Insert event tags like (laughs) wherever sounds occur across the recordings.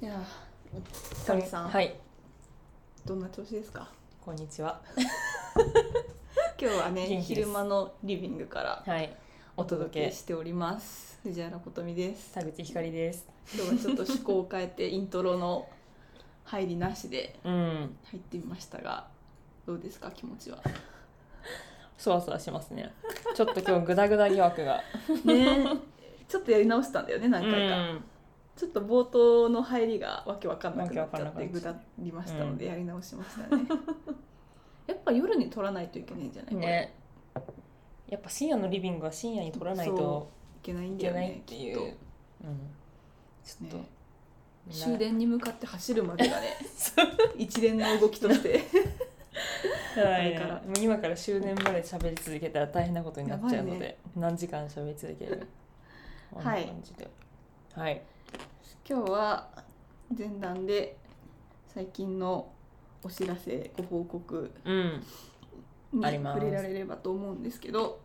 いやー、タミさん、はいどんな調子ですか。こんにちは (laughs) 今日はね、元気です昼間のリビングからはいおお届届けけしております。藤原琴美です。田口ひかりです今日はちょっと趣向を変えてイントロの入りなしでうん入ってみましたが、どうですか気持ちは。 (laughs) そわそわしますねちょっと今日グダグダ疑惑がね、ちょっとやり直したんだよね何回か。ちょっと冒頭の入りがわけわかんなくなっちゃわっけわかんなてくなぐっちゃだっりましたのでやり直しました (laughs) ね。やっぱ夜に撮らないといけないんじゃなうい？んこれねやっぱ深夜のリビングは深夜に撮らないとそいけないんいだけよないっね。てきいっう、と。うん、ちょっと、ねみんな終電に向かって走るまでが (laughs) ねそう一連の動きとしてやばこいれねからもう今から終電まで喋り続けたら大変なことになっちゃうやので、ばいね何時間喋り続けるこんなはい感じではい、 (laughs) 今日は前段で最近のお知らせご報告うんにあります触れられればと思うんですけど、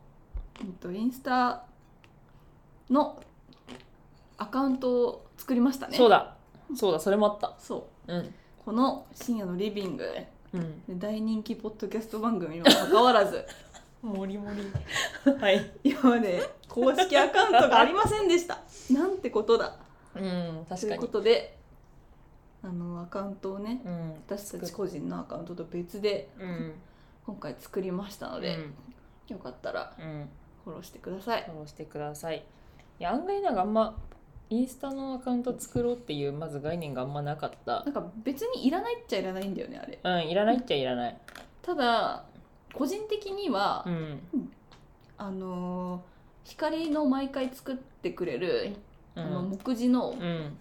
うんと、インスタのアカウントを作りましたねそうだそうだそれもあったそうんうこの深夜のリビングうん大人気ポッドキャスト番組にもかかわら (laughs) ずもりもり (laughs) はい今まで公式アカウントがありませんでしたなんてことだうん確といかうこにとであのアカウントをねうん私たち個人のアカウントと別でうん今回作りましたので、うんよかったらうんフォローしてくださいフォローしてくださいいや案外なんかあんまインスタのアカウント作ろうっていうまず概念があんまなかったなんか別にいらないっちゃいらないんだよねあれうんいらないっちゃいらないただ個人的には、うんあのー光の毎回作ってくれる、うあのん目次のうん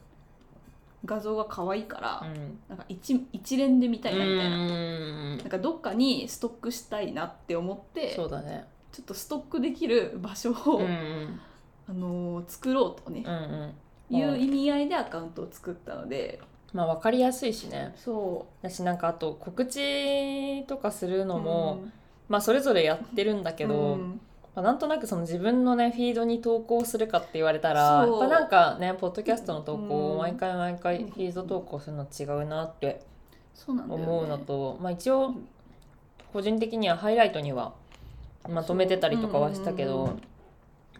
画像が可愛いかうら、んなんか一一連で見たいなみたいな、うんなんかどっかにストックしたいなって思ってちそょうだねっとストックできる場所を、うんうんあのー作ろうとね、うんうんいう意味合いでアカウントを作ったので、まあ分かりやすいしねそ私なんかあと告知とかするうのも、まあそれぞれやってるんだけど、うんまあ、なんとなくその自分のねフィードに投稿するかって言われたらやそっうぱなんかねポッドキャストの投稿うんを毎回毎回フィード投稿するの違うなってそうなんだよ、ね、思うのと、まあ一応個人的にはハイライトにはまとめてたりとかはしたけど、うんうん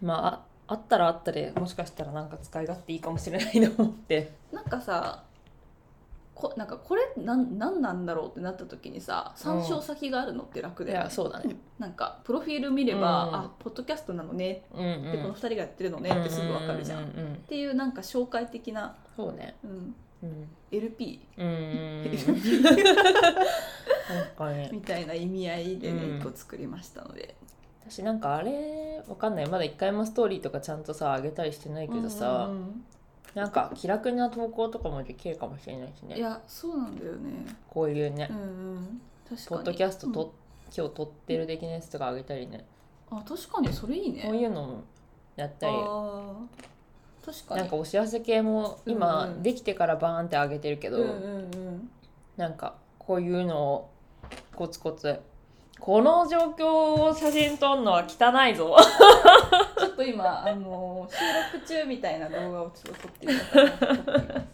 まあああったらあったでもしかしたらなんか使い勝手いいかもしれないと思って。なんかさこなんかこれなんなんなんだろうってなった時にさ参照先があるのって楽いだよねやそうだね、なんかプロフィール見れば、うんあポッドキャストなのねうんっうてこのん2人がやってるのねってすぐわかるじゃん、っうんうんうん、ていうなんか紹介的な、そうね、うん、うん、 LP うんうん (laughs) うんなんかねみたいな意味合いでね、うん一個作りましたので私なんかあれわかんないまだ一回もストーリーとかちゃんとさ上げたりしてないけどさ、うんうんなんか気楽な投稿とかもできるかもしれないしうんねいやそうなんだよねこういうね、うんうん確かにポッドキャストと、うん今日撮ってる的なやつとか上げたりね、あ確かにそれいいねこういうのもやったりあー確かになんかお知らせ系もう今んうんできてからバーンって上げてるけど、うんうんうんなんかこういうのをコツコツこの状況を写真撮るのは汚いぞちょっと今あのー収録中みたいな動画をちょっと撮ってみよう (laughs) かなと思っています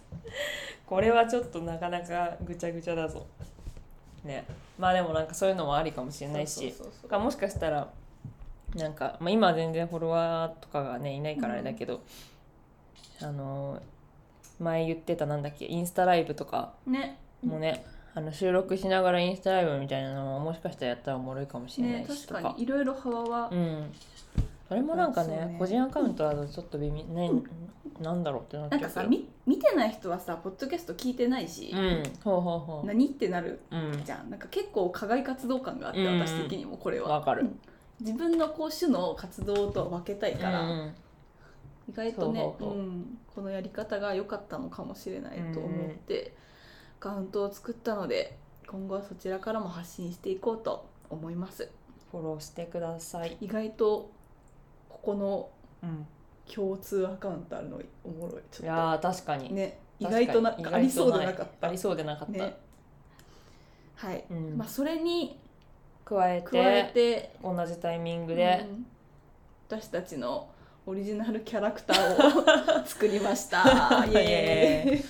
これはちょっとなかなかぐちゃぐちゃだぞねまあでもなんかそういうのもありかもしれないしそうそうそうかもしかしたらなんか、まあ、今は全然フォロワーとかがねいないからあれだけど、あの前言ってたなんだっけインスタライブとかねもね、あの収録しながらインスタライブみたいなのももしかしたらやったらおもろいかもしれなねいし確とか,、かにいろいろ幅は、うんそれもなんかねそうね個人アカウントだとちょっと微妙ね、なんだろうってなっちなんゃうけかどさみ見てない人はさポッドキャスト聞いてないしう、んほうほうほ何ってなるううんじゃんなんか結構課外活動感があって、うん私的にもこれはわかる自分のこう種の活動とは分けたいから、うん意外とねそうそうそううん、このやり方が良かったのかもしれないと思って、アカウントを作ったので今後はそちらからも発信していこうと思いますフォローしてください、意外とここのうん、共通アカウントあるのおもろいちいょっやー確かに、とね意確かに外となん意外かとありそうでなかったありそうでなかった、ねはい、うんまあそれに加えて加えて同じタイミングでう、ん私たち (laughs) (laughs) のオリジナルキャラクターを作りましたイエーイ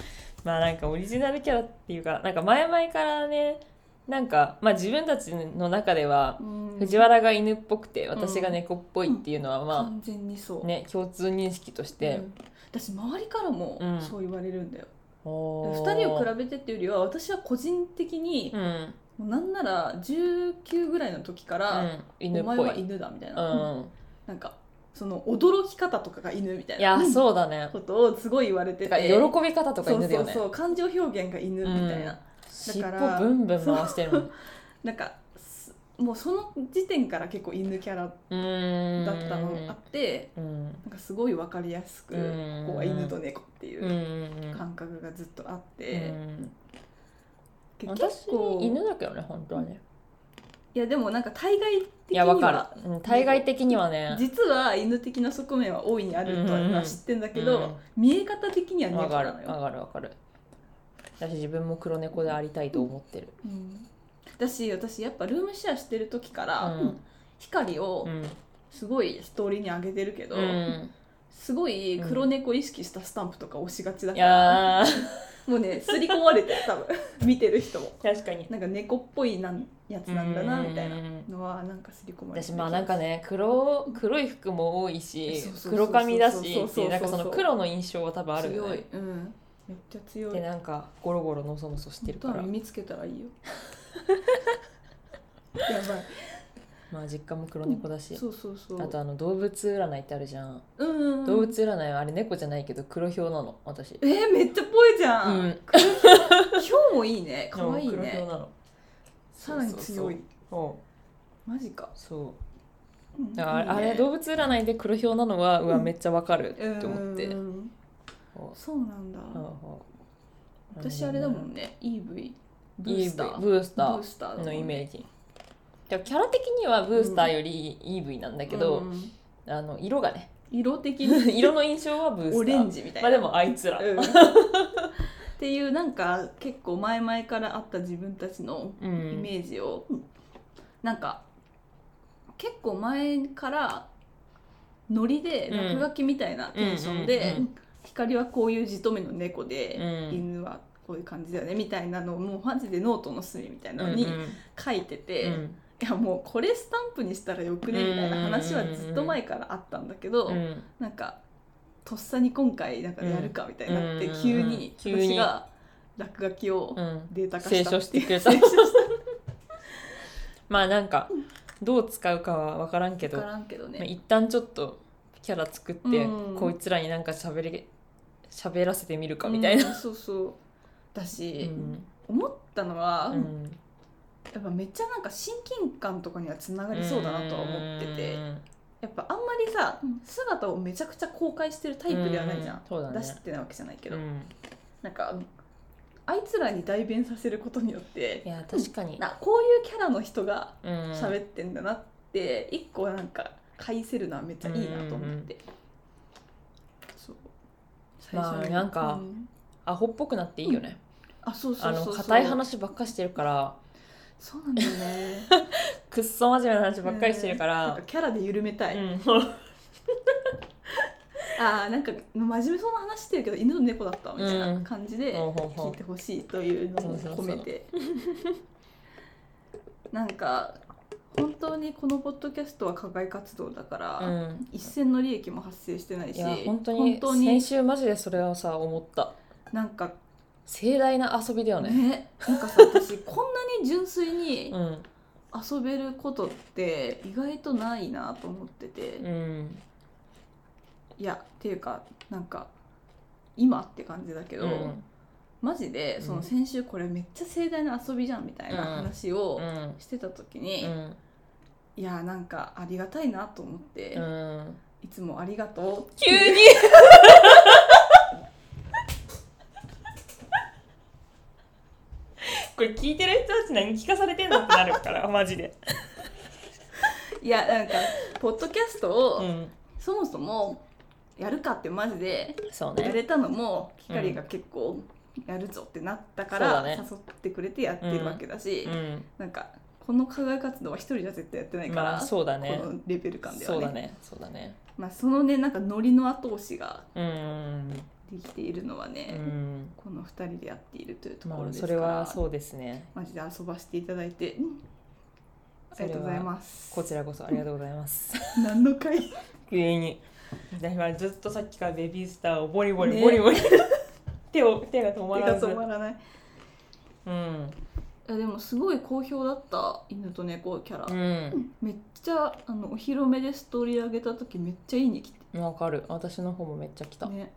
まあなんかオリジナルキャラっていうかなんか前々からねなんかまあ自分たちの中ではうん藤原が犬っぽくて私が猫っぽいっていうのはま完全にそう、あね共通認識としうてん私周りからもうんそう言われるんだよ、 2 2人を比べてっていうよりは私は個人的にう、んもうなんなら19ぐらいの時かうら、ん犬っお前ぽはい犬だみたいうな、んなんかその驚き方とかが犬みたいいやなそうだねことをすごい言われててかて喜び方とか犬だよそねうそうそう感情表現が犬みたいな、うん尻だか尾らブンブン回してるもんなんかすもうその時点から結構犬キャラだう (laughs) ーんったのあってうんなんかすごい分かりやすくうんここは犬と猫っていううん感覚がずっとあっうて、んけ私結構犬だけどね本当はねいやでもなんか対外い的にやわかるは、うん、対外的にはね実は犬的な側面は大いにあるとうんうんは知ってんだけど、見え方的にはうん猫わかるなのわよ。かるわかる私自分も黒猫でありたいと思ってるうんだし私やっぱルームシェアしてる時から、うん光をうんすごいストーリーに上げてるけど、うんすごい黒猫意識したスタンプとか押しがちだいから、や (laughs) ーもうね刷り込まれてる多 (laughs) 分見てる人も確かになんか猫っぽいなんやつなんだなみたいなうんのはなんか刷り込まれて私まあなんかね黒黒い服も多いしそうそうそうそう黒髪だしっそうてそうそういうなんかその黒の印象は多分あるよ強いね、うん、めっちゃ強いでなんかゴロゴロのそのそしてるか本当らは耳つけたらいい (laughs) よやばいまあ実家も黒猫だしそうそうそうあとあの動物占いってあるじゃんうんうんうん動物占いはあれ猫じゃないけど黒ひょうなの私えー、めっちゃぽいじゃん、 (laughs) うんヒョウもいいね可愛い黒ひょねうなのさらに強いそうマジかそううんだからあれいいあねれ動物占いで黒ひょうなのはうわうんめっちゃわかるうんと思ってそうそうなんだそう私あれだもんね EV ブいーいスターブースタブースターだもーんのねイメージでもキャラ的にはブースターより EV なんだけど、うんあの色がね (laughs) 色的に色の印象はブースターオレンジみたいまなあでもあいつら、うん (laughs) っていうなんか結構前々からあった自分たちのうイんメージを、なんか結構前からノリでうん落書きみたいなテンションうんでうんうん光はこういう地留めの猫で、うん犬はこういう感じだよねみたいなのをもうマジでノートの隅みたいなのにうん書いてて、うんいやもうこれスタンプにしたらよくねみたいな話はずっと前からあったんだけど、うんうんなんかとっさに今回なんかやるかみたいになって、うん急にうん急に私が落書きをうんデータ化し清た書っしていうくれた清書したまあなんかどう使うかは分からんけど、分かまらんけどね、あ、一旦ちょっとキャラ作って、うんこいつらになんか喋り喋らせてみるかみたいな、うんそうそうだし、うん思ったのは、うんやっぱめっちゃなんか親近感とかにはつながりそうだなとは思ってて、うんやっぱあんまりさ姿をめちゃくちゃ公開してるタイプではないじゃん、うんそうだね出してないわけじゃないけど、うんなんかあいつらに代弁させることによっていや確かに、なこういうキャラの人がうん、喋ってんだなって一個なんか返せるのはめっちゃいいなと思って、そう最まあなんかうんアホっぽくなっていいよね、あそうそうそうそうあの硬い話ばっかりしてるからそうなんだよねくっそ真面目な話ばっかりしてるかなんらか、キャラで緩めたい、 (laughs) うんあーなんか真面目そうな話してるけど犬と猫だったみたいな感じでほうほうほう聞いてほしいというのを込めてなんか本当にこのポッドキャストは課外活動だから、うん一銭の利益も発生してないいしや本当に先週マジでそれをさ思ったなんか盛大な遊びだよねねなんかさ私こんなに純粋にうん遊べることって意外とないなと思ってて、ういんやっていうかなんか今って感じだけど、うんマジでそうのん先週これめっちゃ盛大な遊びじゃんみたいな話をうんしてた時に、うんいやなんかありがたいなと思って、うんいつもありがとう急にこれ聞いてる人たち何聞かされてんのってなるからマジで、いやなんかポッドキャストをん、そもそもやるかってマジでそうやねれたのも光が結構やるぞってなったかそうらだね誘ってくれてやってるわけだし、うんなんかこの課外活動は一人じゃ絶対やってないから、まあそうだねこのレベル感ではそうねだねそうだねまあ、そのねなんかノリの後押しがうんできているのはね、うんこの2人でやっているというとこまろあですそから、れはそうですねマジで遊ばせていただいて、うんありがとうございますこちらこそありがとうございます何の回急に私はずっとさっきからベビースターをボリボリねボリボリ、 (laughs) 手を手が止ま手らがず止まらないうんいやでもすごい好評だった犬と猫キャラ、うんめっちゃあのお披露目でストーリー上げた時めっちゃいいね来てわかる私の方もめっちゃ来たたね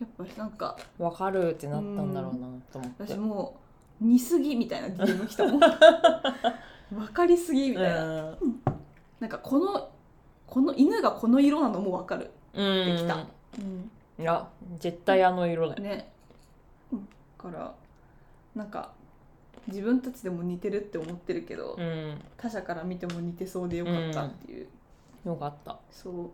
やっぱなんかわかるってなったんだろうなと思って私もう似すぎみたいな DM 来た (laughs) もん分かりすぎみたいな、うなんかこのこの犬がこの色なのも分かる、んできたうん、いや絶対あの色だよ、ねうんだからなんか自分たちでも似てるって思ってるけど、うん他者から見ても似てそうでよかったっていう、よかったそう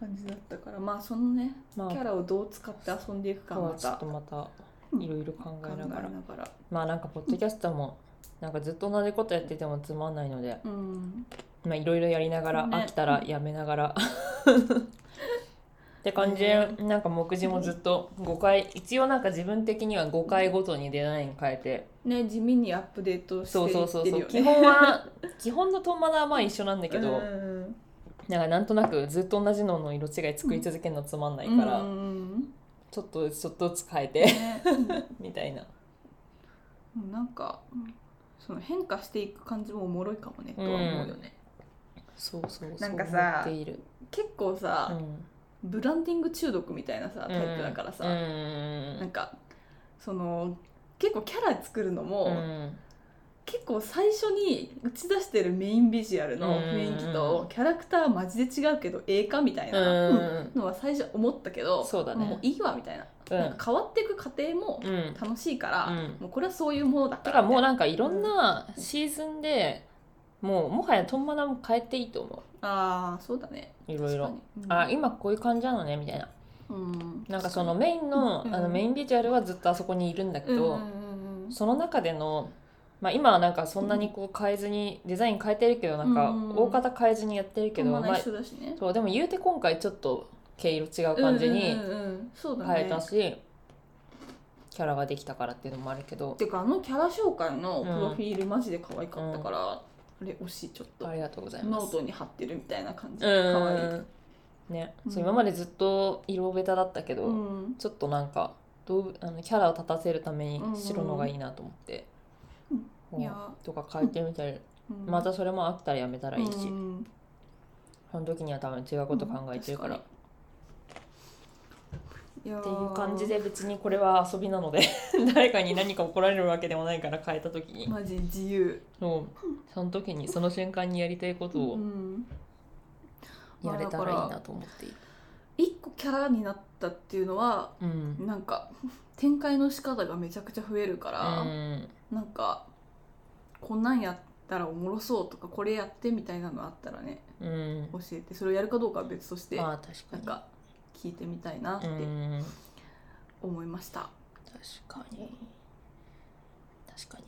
感じだったからまあそのねまあキャラをどう使って遊んでいくか今日まはちょたっと考またうんいろいろ考ええななががら、らまあなんかポッドキャストもなんかずっと同じことやっててもつまんないのでうんまあいろいろやりながら、ね飽きたらやめながら (laughs) って感じでねなんか目次もずっと5回一応なんか自分的には5回ごとにデザイン変えてね地味にアップデートしてそうそうそうそう、いって基るよね本は (laughs) 基本のトンマナはまあ一緒なんだけど、うんなんかなんとなくずっと同じのの色違い作り続けるのつまんないから、うんうんちょっとちょっとずつ変え (laughs) うんてねみたいな、うんなんかうんその変化していく感じもおもろいかもねとは思うよね、そうそうそうなんかさ思っている、結構さ、うんブランディング中毒みたいなさタイプだからさ、うんなんかその結構キャラ作るのも、うん結構最初に打ち出してるメインビジュアルの雰囲気うんうんうとキャラクターマジで違うけどええかみたいなうんのは最初思ったけどそうだねもういいわみたいな,、うんなんか変わっていく過程もうん楽しいから、うんもうこれはそういうものだかだらからもうなんかいろんなシーズンでもうもはやトンマナも変えていいと思ああそうだねういろいろ、確かあに今こういう感じなのねみたいなうんうんなんかそのメインの,、うんあのメインビジュアルはずっとあそこにいるんだうけど、んうんうんその中での、まあ、今はなんかそんなにこう変えずにデザイン変えてるけどなんかうん大方変えずにやってるけど、まあまあ一緒だしねそうでも言うて今回ちょっと毛色違う感じうんにうんうんうんそうだね変えたし、キャラができたからっていうのもあるけどてかあのキャラ紹介のプロフィールマジで可愛かったから、あれ惜しいちょっとありがとうございまノすー。トに貼ってるみたいな感じうで可愛いんね、そううん今までずっと色ベタだったけど、うんちょっとなんか動物あのキャラを立たせるためにうんうん白のがいいなと思って、うんこういやとか変えてみたり、うんまたそれも飽きたらやめたらいいし、うんその時には多分違うこと考えてるから、うんっいやーていう感じで別にこれは遊びなので (laughs) 誰かに何か怒られるわけでもないから変えた時に、マジ自由そうその時にその瞬間にやりたいことうをんやれたらいいなと思っている。一個キャラになったっていうのはうんなんか展開の仕方がめちゃくちゃ増えるから、うんなんかこんなんやったらおもろそうとかこれやってみたいなのあったらねうん教えてそれをやるかどうかは別としてまなあ確かんにか聞いてみたいなってうん思いました確かに確かに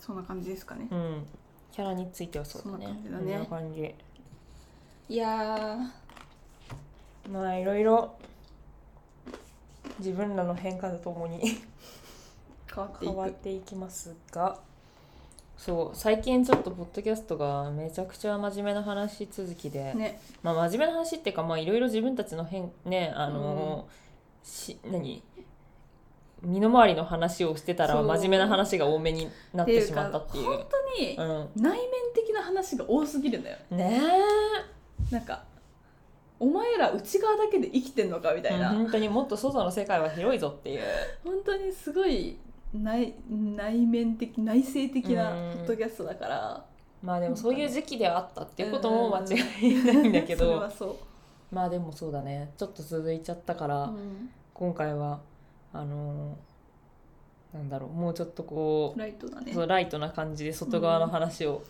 そんな感じですかねうんキャラについてはそうだねそんな感じだねこんな感じいやまあいろいろ自分らの変化とともにー変わってい (laughs) 変わっくていきますがそう最近ちょっとポッドキャストがめちゃくちゃ真面目な話続きで、ねまあ真面目な話っていうかまあいろいろ自分たちの変ねあのーし何身の回りの話をしてたらそう真面目な話が多めになっってていうしかまったっていう。本当にうん内面的な話が多すぎるんだよねねなんかお前ら内側だけで生きてんのかみたえ、いな、本当にもっと外の世界は広いぞっていう本当にすごい内内面的内省的なポうんッドキャストだからまあでもそういう時期ではあったっていうことも間違いないんだけそれどはそまあでもそうだねちょっと続いちゃったから、う、うん今回はあのーなんだろうもうちょっとこライトだうねそうライトな感じで外側の話を、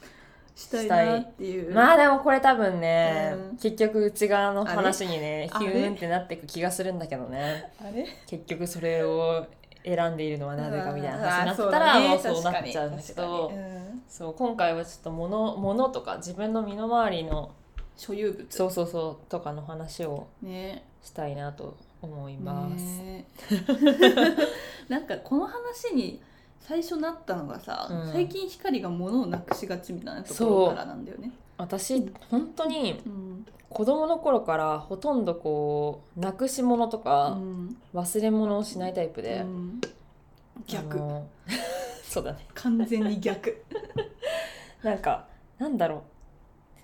したいなっていうまあでもこれ多分ね、うん結局内側の話にねあヒれューンってなっていく気がするんだけどねあれ結局それを選んでいるのはなぜかみたいな話になったあらーもうそうだねそうなっちゃうんだけ確かにど確か。にうんそう今回はちょっと物物とか自分の身の回りの所有物そうそうそうとかの話をねしたいなと思います。ね (laughs) えなんかこの話に最初なったのがさ、うん最近光が物をなくしがちみたいなところからなんだよね。私本当にうん子供の頃からほとんどこうなくし物とうかん忘れ物をしないタイプで、うん逆あの (laughs) そうだね完全に逆。なんかなんだろう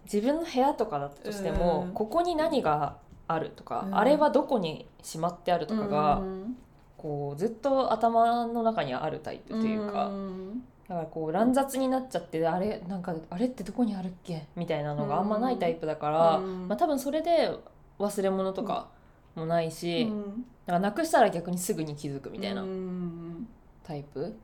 自分の部屋とかだとしても、うんここに何があるとか、うんあれはどこにしまってあるとかが、うんこうずっと頭の中にあるタイプというか、んだからこう乱雑になっちゃってあれなんかあれってどこにあるっけみたいなのがあんまないタイプだから、うんまあ、多分それで忘れ物とかもないし、なんかなくしたら逆にすぐに気づくみたいなうんタイプ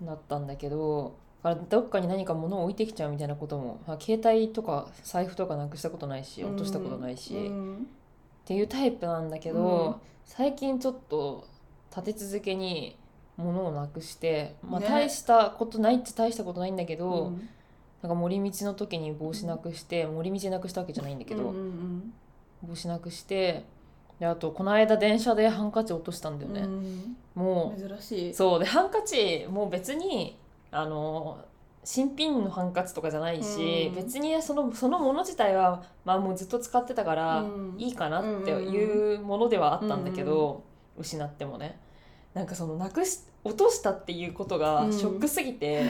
だったんだけどだからどっかに何か物を置いてきちゃうみたいなこともまあ携帯とか財布とかなくしたことないし落としたことないし、うっんていうタイプなんだけうんど、最近ちょっと立て続けに物をなくして、まあ、ね大したことないっちゃ大したことないんだけうど、んなんか森道の時に帽子なくして森道なくしたわけじゃないんだけど、うんうん帽子なくしてであとこの間電車でハンカチ落としたんだうよんね、うもうん珍しい。そうでハンカチもう別にあの新品のハンカチとかじゃないし、うん別にそのそのもの自体は、まあ、もうずっと使ってたからうんいいかなっていうものではあったんだけど、失ってもねなんかそのなくし落としたっていうことがうんショックすぎ (laughs) て、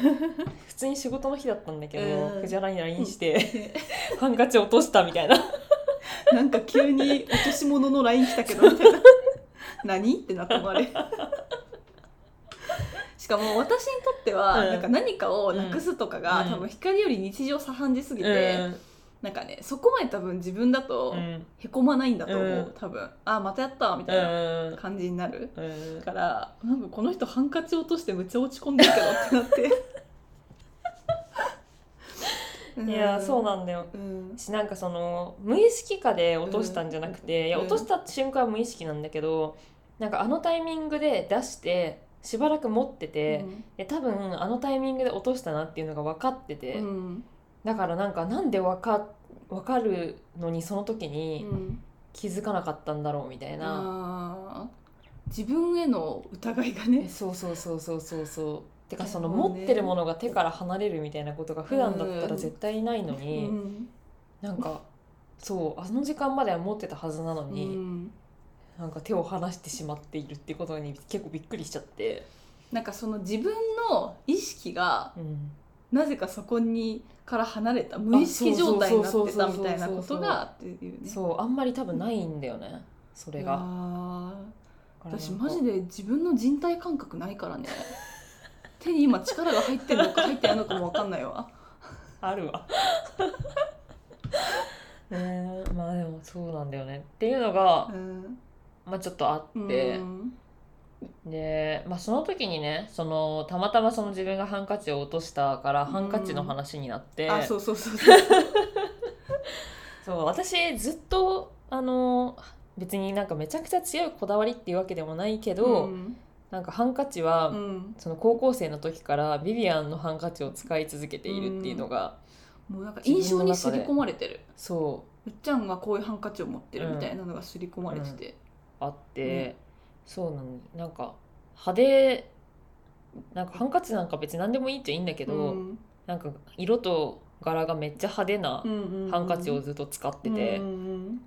普通に仕事の日だったんだけうどん藤原に LINE して、ハンカチ落としたみたいな (laughs) なんか急に落とし物の LINE 来たけ (laughs) どみたいな何ってなったもんあれしかも私にとっては、うんなんか何かをなくすとかが、うん多分光より日常茶飯事すぎて、なんかねそこまで多分自分だとうんへこまないんだと思う、うん多分あまたやったわみたいなうん感じになる、うんだからなんかこの人ハンカチ落としてめっちゃ落ち込んでるけどってな (laughs) っていやそうなんだようんしなんかその無意識下で落としたんじゃなくて、うんいや落とした瞬間は無意識なんだけどなんかあのタイミングで出してしばらく持ってて、で多分あのタイミングで落としたなっていうのが分かってて、うんうんだからなんかなんで分か分かるのにその時うにん気づかなかったんだろうみたいな、あー自分への疑いがえねそうそうそうそうそうそうてかそのでもね持ってるものが手から離れるみたいなことが普段だったら絶対ないのうに、んなんかそうあの時間までは持ってたはずなのうに。んなんか手を離してしまっているってことに結構びっくりしちゃって、なんかその自分の意識がうん、なぜかそこにから離れた無意識状態になってたみたいなことがっていうねそうあんまり多分ないんだよねそれいがやーだからなんか私マジで自分の人体感覚ないからね手に今力が入ってるのか入ってないのかも分かんないわある (laughs) わねえまあでもそうなんだよねっていうのがう、んまあ、ちょっとあってう、んで、まあ、その時にねそのたまたまその自分がハンカチを落としたからハンカチの話になって、あそうそうそうそうそう私ずっとあの別になんかめちゃくちゃ強いこだわりっていうわけでもないけど、んなんかハンカチは、うんその高校生の時からビビアンのハンカチを使い続けているっていうのが、もうなんか印象に刷り込まれてるそうっちゃんがこういうハンカチを持ってるみたいなのが刷り込まれてて、あって、ねそうなのなんか派手なんかハンカチなんか別に何でもいいっちゃいいんだけど、うんなんか色と柄がめっちゃ派手なうんうんハンカチをずっと使ってて、うんうん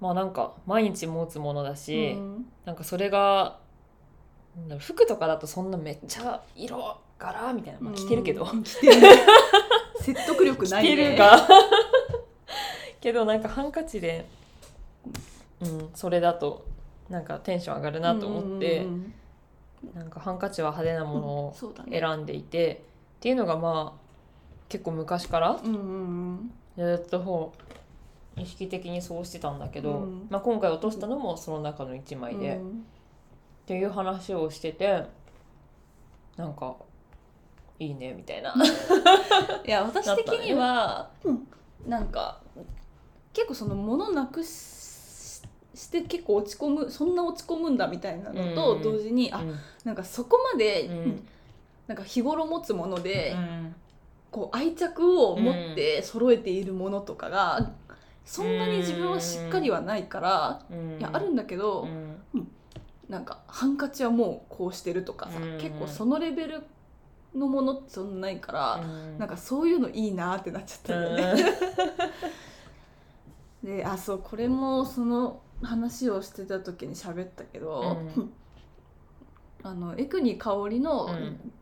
まあなんか毎日持つものだうし、んなんかそれがなんだろう服とかだとそんなめっちゃ色柄みたいな、まあ、着てるけど、うん着てるね説得力ないね (laughs) 着てるがけどなんかハンカチで、うん、それだとなんかテンション上がるなと思って、うんうんなんかハンカチは派手なうもんのをそうだね選んでいて、っていうのがまあ結構昔からうんうんずっとほう意識的にそうしてたんだけど、うんまあ、今回落としたのもその中の1う枚んで、っていう話をしててなんかいいねみたいな。いや私的には、なんか結構その物なくしして結構落ち込むそんな落ち込むんだみたいなのうとん同時に、あうんなんかそこまで、うんなんか日頃持つもので、うんこう愛着を持って揃えているものとかがそんなに自分はしっかりはないから、うん、いやあるんだけど、うんなんかハンカチはもうこうしてるとかさ、うん結構そのレベルのものってそんなないから、うんなんかそういうのいいなってなっちゃ (laughs) ったんだよね。であそうこれもその話をしてた時に喋ったけど、う (laughs) あの江国香織のうん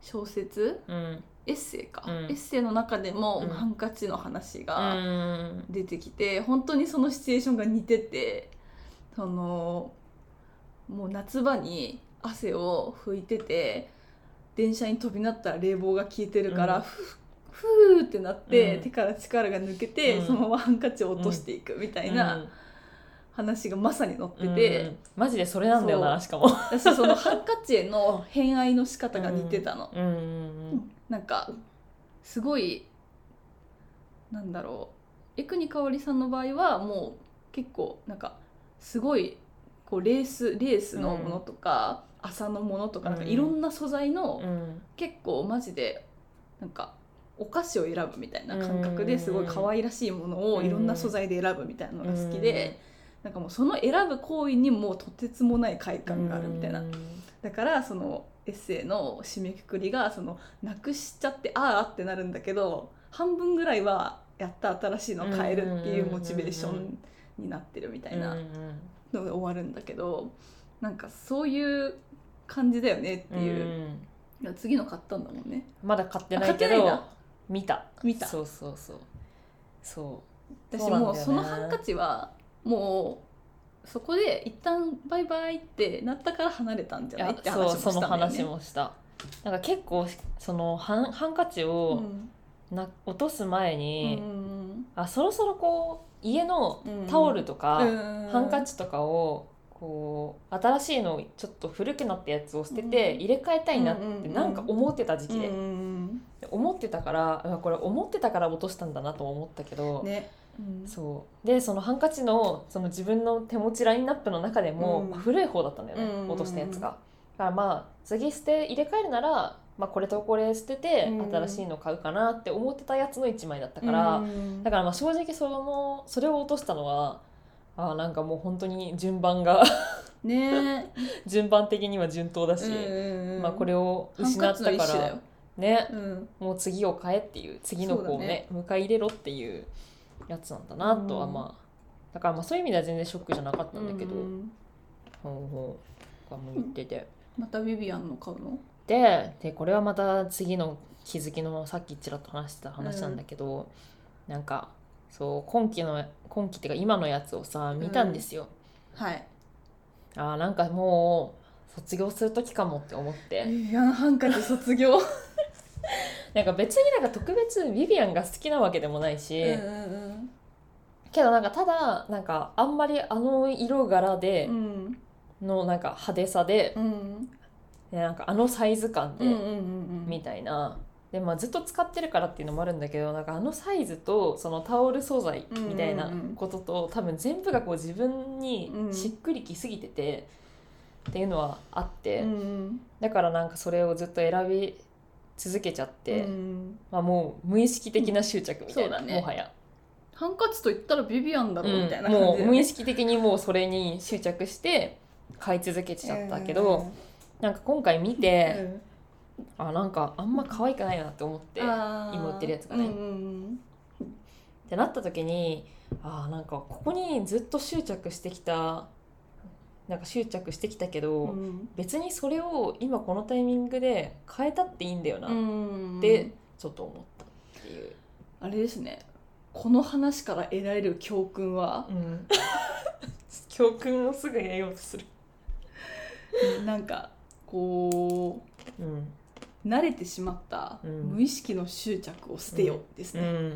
小説、うんうんエッセイか、うんエッセイの中でもうんハンカチの話うがん出てきて、本当にそのシチュエーションが似ててそのもう夏場に汗を拭いてて電車に飛びなったら冷房が効いてるから、うんふふーってなって、うん手から力が抜けて、うんそのままハンカチを落としていくみたいな。話がまさに載ってうんて、うんマジでそれなんだよなしかも私そのハンカチへの偏愛の仕方が似てたの、うんうんなんかすごいなんだろう江国香織さんの場合はもう結構なんかすごいこうレースレースのものとか、麻のものとかなんかうんいろんな素材のうん結構マジでなんかお菓子を選ぶみたいな感覚ですごい可愛らしいものをいろんな素材で選ぶみたいなのが好きで。なんかもうその選ぶ行為にもうとてつもない快感があるみたいな、うんだからそのエッセイの締めくくりがそのなくしちゃってああってなるんだけど半分ぐらいはやった新しいの変えるっていうモチベーションになってるみたいなうんので終わるんだけどなんかそういう感じだよねっていう、うんいや次の買ったんだもんねまだ買ってないけあ買ってないどな見た見たそうそうそうそ私そうなんもだようねそのハンカチはもうそこで一旦バイバイってなったから離れたんじうゃないいやって話もそうしたんだよね。その話もしたなんか結構そのハンハンカチうをんな落とす前に、うんあそろそろこう家のタオルとか、ハハンカチとかをこう新しいのをちょっと古くなったやつを捨ててうん入れ替えたいなってなんか思ってた時期で、うんで思ってたからうわこれ思ってたから落としたんだなとも思ったけど、ね、うんそうでそのハンカチのその自分の手持ちラインナップの中でも、うんまあ古い方だったんだよね、うん落としたやつが。だからまあ次捨て入れ替えるなら、まあ、これとこれ捨ててうん新しいの買うかなって思ってたやつの1枚だったから。うんだからまあ正直そのそれを落としたのはあーなんかもう本当に順番が (laughs) ね、順番的には順当だし、まあ、これをを失ったから、ねうん、もう次を買えっていう次の子をね迎え入れろっていうやつなんだなとはまあ、だからまあそういう意味では全然ショックじゃなかったんだけど、うんほうほうとかも言ってて、またビビアンの買うのででこれはまた次の気づきのさっきちらっと話してた話なんだけど、なんかそう今期の今期っていうか今のやつをさ見たんですよ、はいあーなんかもう卒業する時かもって思ってビビアンハンカチ卒業なんか別になんか特別ビビアンが好きなわけでもないし、うんけどなんかただなんかあんまりあの色柄でうんうんのなんか派手さでう、んでなんかあのサイズ感うでんうんみたいな。でまあ、ずっと使ってるからっていうのもあるんだけどなんかあのサイズとそのタオル素材みたいなうんうんうんことと、多分全部がこう自分にしっくりきすぎてて、っていうのはあって、うんだからなんかそれをずっと選び続けちゃって、うんまあ、もう無意識的な執着みたいな、うんそうだねもはや、ハンカチと言ったらビビアンだろうみたいなうんもう無意識識的にもうそれに執着して買い続けちゃったけど、なんか今回見て、あなんかあんま可愛くないなって思って、今売ってるやつがねってなった時にあーなんかここにずっと執着してきたなんか執着してきたけど、別にそれを今このタイミングで変えたっていいんだよな、ででちょっと思ったっていう。あれですねこの話から得られる教訓はうん (laughs) 教訓をすぐ得ようとする、なんかこうんう慣れてしまったうん無意識の執着を捨てようですうね、ん、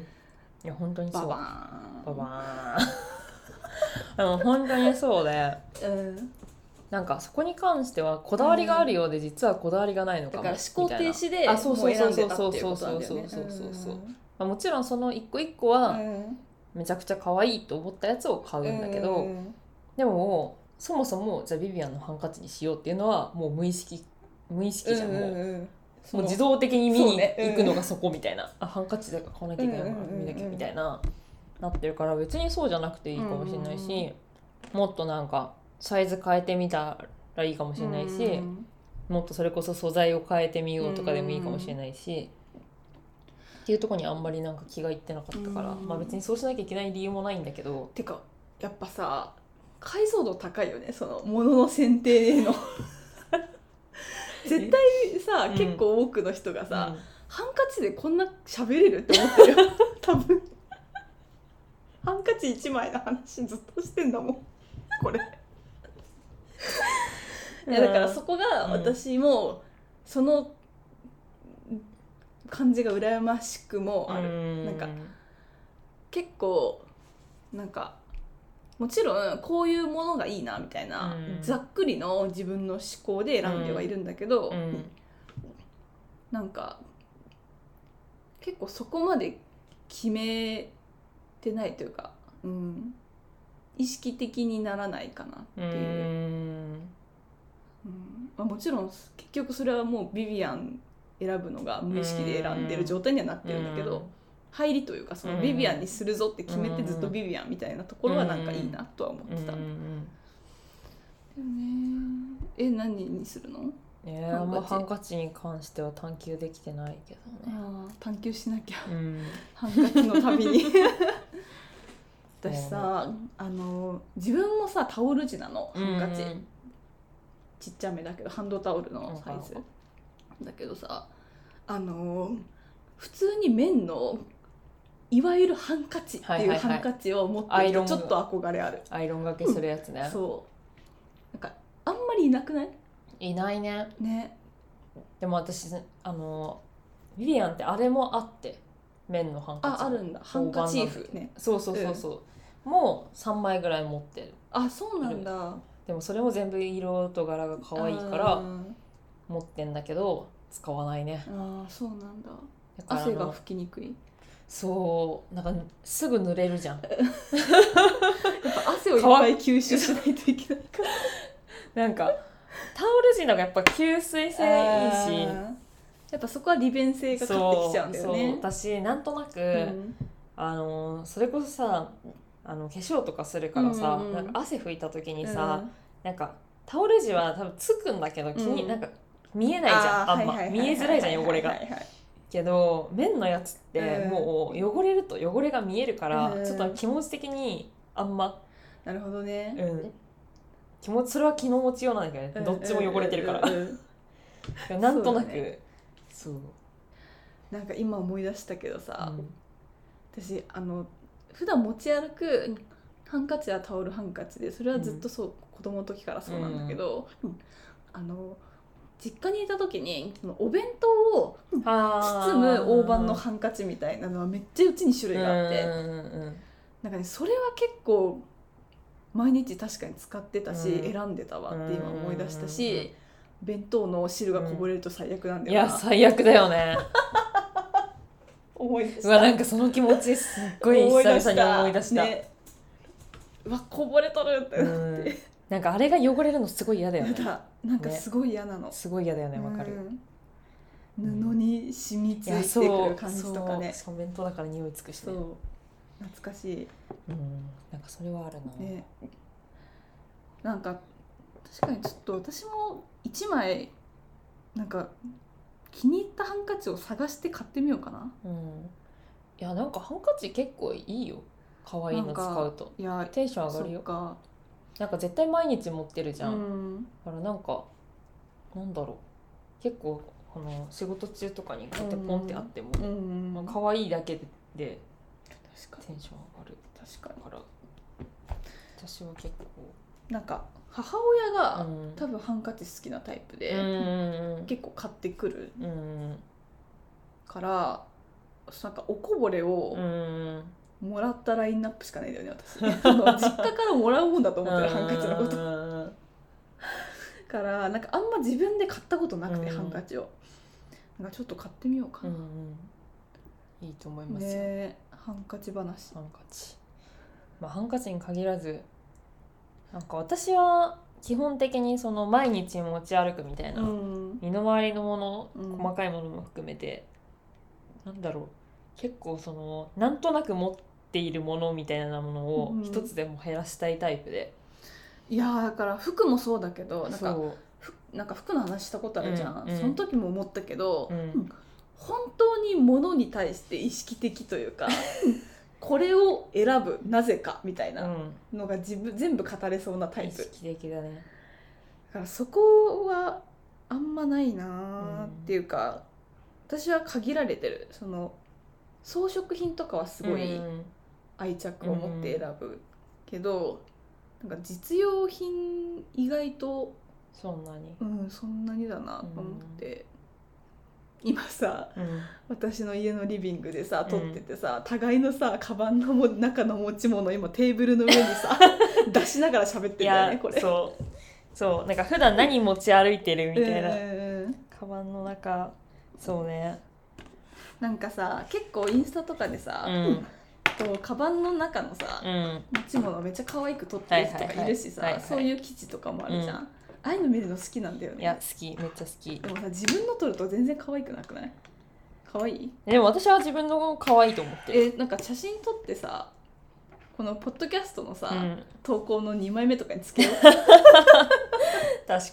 いや本当にそバうバーバン (laughs) バーンでも本当にそうでうん、なんかそこに関してはこだわりがあるようで実はこだわりがないのかだもから思考停止であそうそうそもうそうう選んでたっていうことなんだよねそうそうそうそうそうまあ、もちろんその一個一個はめちゃくちゃ可愛いと思ったやつを買うんだけど、うんでももうそもそもじゃあビビアンのハンカチにしようっていうのはもう無意識無意識じゃん、もうもう自動的に見そうにねうん行くのがそこみたいな、あハンカチだから買わなきゃいけないのかうなんうんうんうん見なきゃみたいななってるから別にそうじゃなくていいかもしれないし、もっとなんかサイズ変えてみたらいいかもしれないし、もっとそれこそ素材を変えてみようとかでもいいかもしれないし、っていうところにあんまりなんか気がいってなかったから、うんまあ別にそうしなきゃいけない理由もないんだけどてかやっぱさ解像度高いよねそのものの選定へ (laughs) の絶対さ、うん結構多くの人がさ、うんハンカチでこんな喋れるって思ってるよ (laughs) 多分ハンカチ1枚の話ずっとしてんだもんこれいやだからそこがうん私もその感じが羨ましくもある、うんなんか結構なんかもちろんこういうものがいいなみたいな、うんざっくりの自分の思考で選んではいるんだけど、うんなんか結構そこまで決めてないというか、うん、意識的にならないかなってういう。んうんまあ、もちろん結局それはもうビビアン選ぶのが無意識で選んでる状態にはなってるんだけど、入りというかそのビビアンにするぞって決めてうんずっとビビアンみたいなところはなんかいいなとは思っうてんた。うだよねんえ何にするのうんねえあんまハンカチに関しては探求できてないけどね、あー探求しなきゃうん、ハンカチの旅に私さあの自分もさタオル地なのハンカチ、うんちっちゃめだけどハンドタオルのサイズうんだけどさあのー普通に綿のいわゆるハンカチってはいいうはいはいハンカチを持ってアるイロとンちょっと憧れある、アイロンがけするやつね、そうなんかあんまりいなくないいないねねでも私あのウィリアンってあれもあって綿のハンカチああるんだハンカチーフねそうそうそうそう、もう3枚ぐらい持ってるあそうなんだでもそれも全部色と柄が可愛いかあらー持ってんだけど使わないねあーそうなんだだから汗あがの拭きにくいそうなんかすぐ濡れるじ (laughs) ゃんやっぱ汗をいっぱい吸収しないといけないかなんかタオル地の方がやっぱ吸水性らいいしあーやっぱそこは利便性が勝ってきちゃうんだよそうねそう私なんとなく、うんあのそれこそさあの化粧とかするからさ、うんうんなんか汗拭いた時にさ、なんかタオル地は多分つくんだけど気うに、んなんか見えないじゃんあんま見えづらいじゃん汚れがけど綿のやつってうんもう汚れると汚れが見えるから、うんちょっと気持ち的にあんま、なるほどねう、ん、気持ちそれは気の持ちようなんだけどね、どっちも汚れてるから、うんうんうんうんなんとなくそうだねそう,、なんか今思い出したけどさ、うん私あの普段持ち歩くハンカチやタオルハンカチでそれはずっとそう、子供の時からそうなんだけど、うんあの実家にいた時にそのお弁当を包む大判のハンカチみたいなのはめっちゃうちに種類があって、うんうんうんなんかねそれは結構毎日確かに使ってたし、うん選んでたわって今思い出したし、うんうんうん弁当の汁がこぼれると最悪なんうんだいよやな、最悪だ (laughs) よね思い出したうわなんかその気持ちすっごい久々に思い出した、ねうわこぼれとるってうなっんて、なんかあれが汚れるのすごい嫌だよやねだなんかすごい嫌なの、すごい嫌だよねわかる、うん布に染みついやいそうてくる感じとかねそうしかも弁当だから匂いつくしそうね懐かしうんなんかそれはあるいな、ねなんか確かにちょっと私も一枚なんか気に入ったハンカチを探して買ってみようかなうんいやなんかハンカチ結構いいよ可愛いなのんか使うといやテンション上そがるうよかなんか絶対毎日持ってるじゃん、うだんからなんかなんだろう結構この仕事中とかにこうやってポンってあっても、うんまあ、確可愛いだけでかテンション上がるに確かだから私は結構、になんか母親が、うん、多分ハンカチ好きなタイプで、うん結構買ってくるうんからなんかおこぼれをうんもらったラインナップしかないんだよね (laughs) 私その実家からもらうもんだと思ってるハンカチのこととからなんかあんま自分で買ったことなくて、うんハンカチをなんかちょっと買ってみようかうんな、うんいいと思いますねよ、えハンカチ話ハンカチ、まあ、ハンカチに限らずなんか私は基本的にその毎日持ち歩くみたいな、うん身の回りのものうん細かいものも含めて、なんだろう結構そのなんとなく持ってっているものみたいなものをうん一つでも減らしたいタイプで、いやーだから服もそうだけどなんそかうふなんか服の話したことあるじゃん、うんうんその時も思ったけど、うん、本当に物に対して意識的というかこれを選ぶなぜかみたいうなんのが自分全部語れそうなタイ意プだ識的だねからそこはあんまないなーっていうか、私は限られてるその装飾品とかはすごいうん愛着を持って選ぶけど、なんか実用品意外とそんなに、うんそんなにだなと思って、今さ (laughs) うん私の家のリビングでさ撮っててさ、互いのさカバンのも中の持ち物今テーブルの上に (laughs) さ出しながら喋っているんだよやねこれ。そうそうなんか普段何持ち歩いてるみたいな、うんカバンの中そうねなんかさ結構インスタとかでさ、うんこうカバンの中のさ、うん持ち物めっちゃ可愛く撮ってる人とかいるしさ、はいはいはいそういう記事とかもあるじゃん、ああいうの見るの好きなんだよねいや好きめっちゃ好きでもさ自分の撮ると全然可愛くなくない可愛いでも私は自分の方が可愛いと思ってるえなんか写真撮ってさこのポッドキャストのさ、うん、投稿の2枚目とかにつけよう確 (laughs)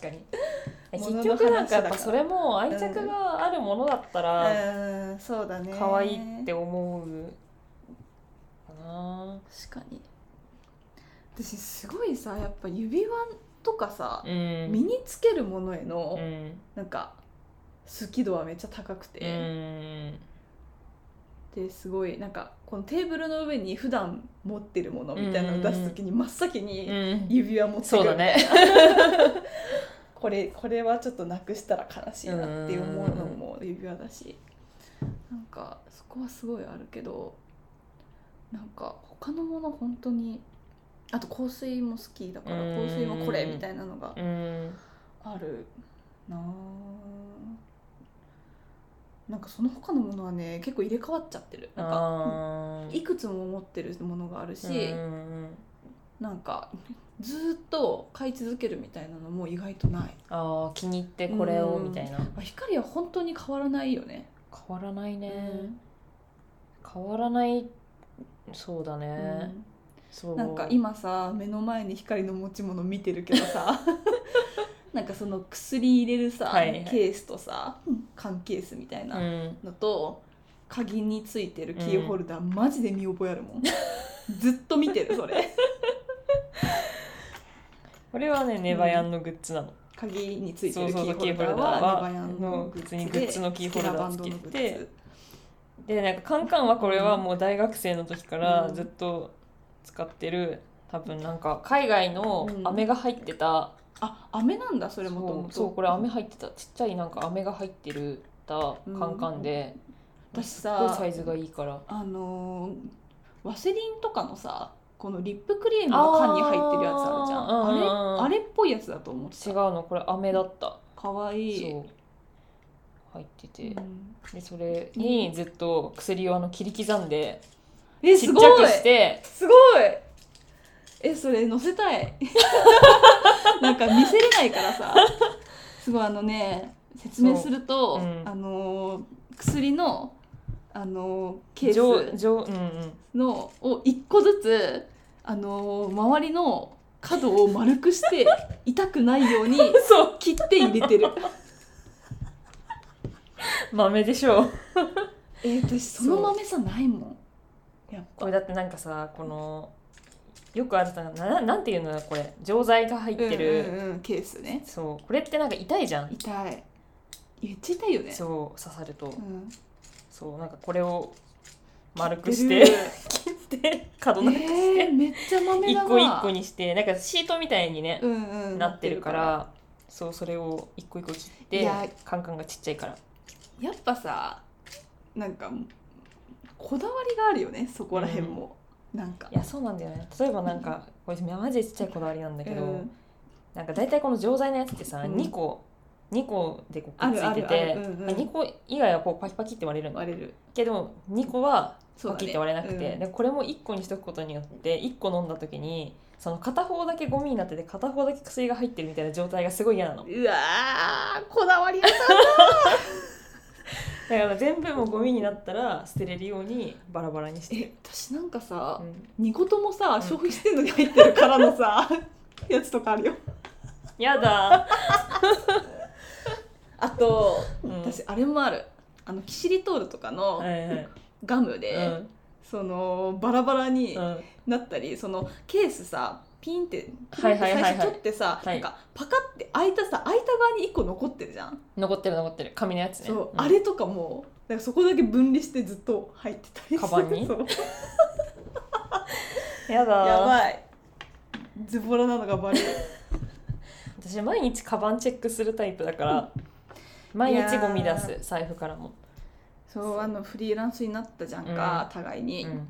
かに物の結話局なんかやっだかぱらそれも愛着があるものだったらうんそうだね可愛いって思うかな確かに私すごいさやっぱ指輪とかさ、うん身につけるものへの、うんなんか好き度はめっちゃ高くうて、んですごいなんかこのテーブルの上に普段持ってるものみたいなのを出す時に真っ先うにん指輪持ってくそうだねこれこれはちょっとなくしたら悲しいなって思うのも指輪だしなんかそこはすごいあるけどなんか他のもの本当にあと香水も好きだからうん香水もこれみたいなのがうんあるなあなんかその他のものはね結構入れ替わっちゃってるなんかあーいくつも持ってるものがあるし、うんなんかずーっと買い続けるみたいなのも意外とないあー気に入ってこれをみたいなまあ光は本当に変わらないよね変わらないね、うん変わらないそうだね、そうなんか今さ目の前に光の持ち物見てるけどさ (laughs) なんかその薬入れるさ、はいはいケースとさ缶ケースみたいなうんのと、鍵についてるキーホルダー、マジで見覚えあるもん (laughs) ずっと見てるそれこれはねネバヤンのグッズなの、鍵についてそうるキそうそうーホキールホルダーはネダーバはヤンのグッズのでグッズのキーホルダーをつけてスキラバンドのグッズでなんかカンカンはこれはもう大学生の時からずっと使ってる多分なんか海外のうん飴が入ってた、あ飴なんだそれもとそもうとそうこれ飴入ってたちっちゃいなんか飴が入ってるたカンカンで、私すごいさサイズがいいからあのーワセリンとかのさこのリップクリームの缶に入ってるやつあるじゃんあーあ,、うんうんうんれあれっぽいやつだと思っ違てうのこれ飴だったたかわいいそう入ってて、うんでそれにずっと薬をあの切り刻んでえちっすごちゃくいしてすごいえそれ載せたいなんか見せれないからさすごいあのね説明すると、そううんあのー薬のあのーケ上ース上うんうんのを一個ずつあのー周りの角を丸くして痛くないように (laughs) そう切って入れてる豆でしょうえー私その豆さないもんやっこぱれだってなんかさこのよくあるさななんていうのこれ錠剤が入ってる、うんうんうんケースねそうこれってなんか痛いじゃん痛い言っちゃ痛いよねそう刺さると、うんそうなんかこれを丸くしして切 (laughs) って角なくして、えーめっちゃ豆一だわ個一個にしてなんかシートみたいにね、うんうんなってるからそうそれを一個一個切っいてやカンカンがちっちゃいからやっぱさなんかこだわりがあるよねそこら辺も、なんかいやそうなんだよね例えばなんかこれマジでちっちゃいこだわりなんだけど、うんなんか大体この錠剤のやつってさ、うん2個2個でこうあくっつるいあてるてあるうんうん2個以外はこうパキパキって割れるんだ割れるけど2個はそパうだキねって割れなくて、うんでこれも1個にしとくことによって1個飲んだ時にその片方だけゴミになってて片方だけ薬が入ってるみたいな状態がすごい嫌なの。う (laughs) わーこだわり屋さんだだから全部もうゴミになったら捨てれるようにバラバラにしてえ私なんかさう、ん二言もさん消費してんのに入ってるからのさ (laughs) やつとかあるよやだ、 (laughs) あとうん私あれもあるあのキシリトールとかのはいはいガムで、うんそのバラバラにうんなったり、そのケースさピンってはいはいはいはい最初取ってさ、はいなんかパカって開いたさ開いた側に1個残ってるじゃん、残ってる残ってる紙のやつねそう、んあれとかもだからそこだけ分離してずっと入ってたりしてカバンにそうやだやばいズボラなのがバレる私毎日カバンチェックするタイプだから毎日ゴミ出す財布からも、そうあのフリーランスになったじゃんか、互いうに、ん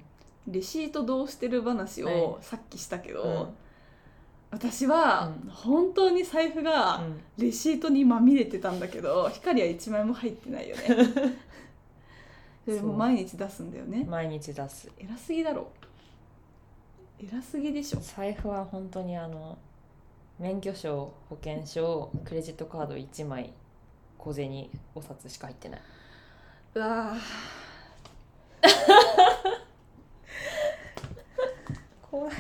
レシートどうしてる話はをさっきしたけど、うん私はうん本当に財布うがんレシートにまみれてたんだけど光は1枚も入ってないよ (laughs) ねそれも毎日出すんだよね毎日出す偉すぎだろ偉すぎでしょ財布は本当にあの免許証保険証クレジットカード1枚小銭お札しか入ってないうわー怖い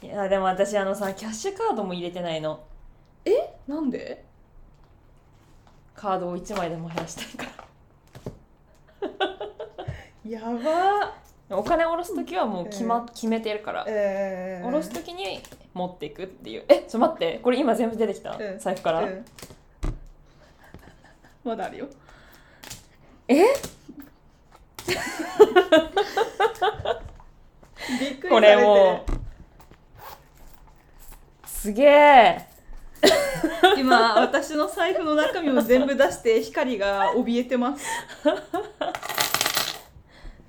いやでも私あのさキャッシュカードも入れてないのなんでカードを1枚でも減らしたいからや (laughs) ばお金下ろす時はもう決,、まうん決めてるから、え下ろす時に持っていくっていうえちょっと待ってこれ今全部出てきた、うん財布から、うん (laughs) まだあるよ (laughs) えびっくりこれもうすげえ今私の財布の中身を全部出して光が怯えてます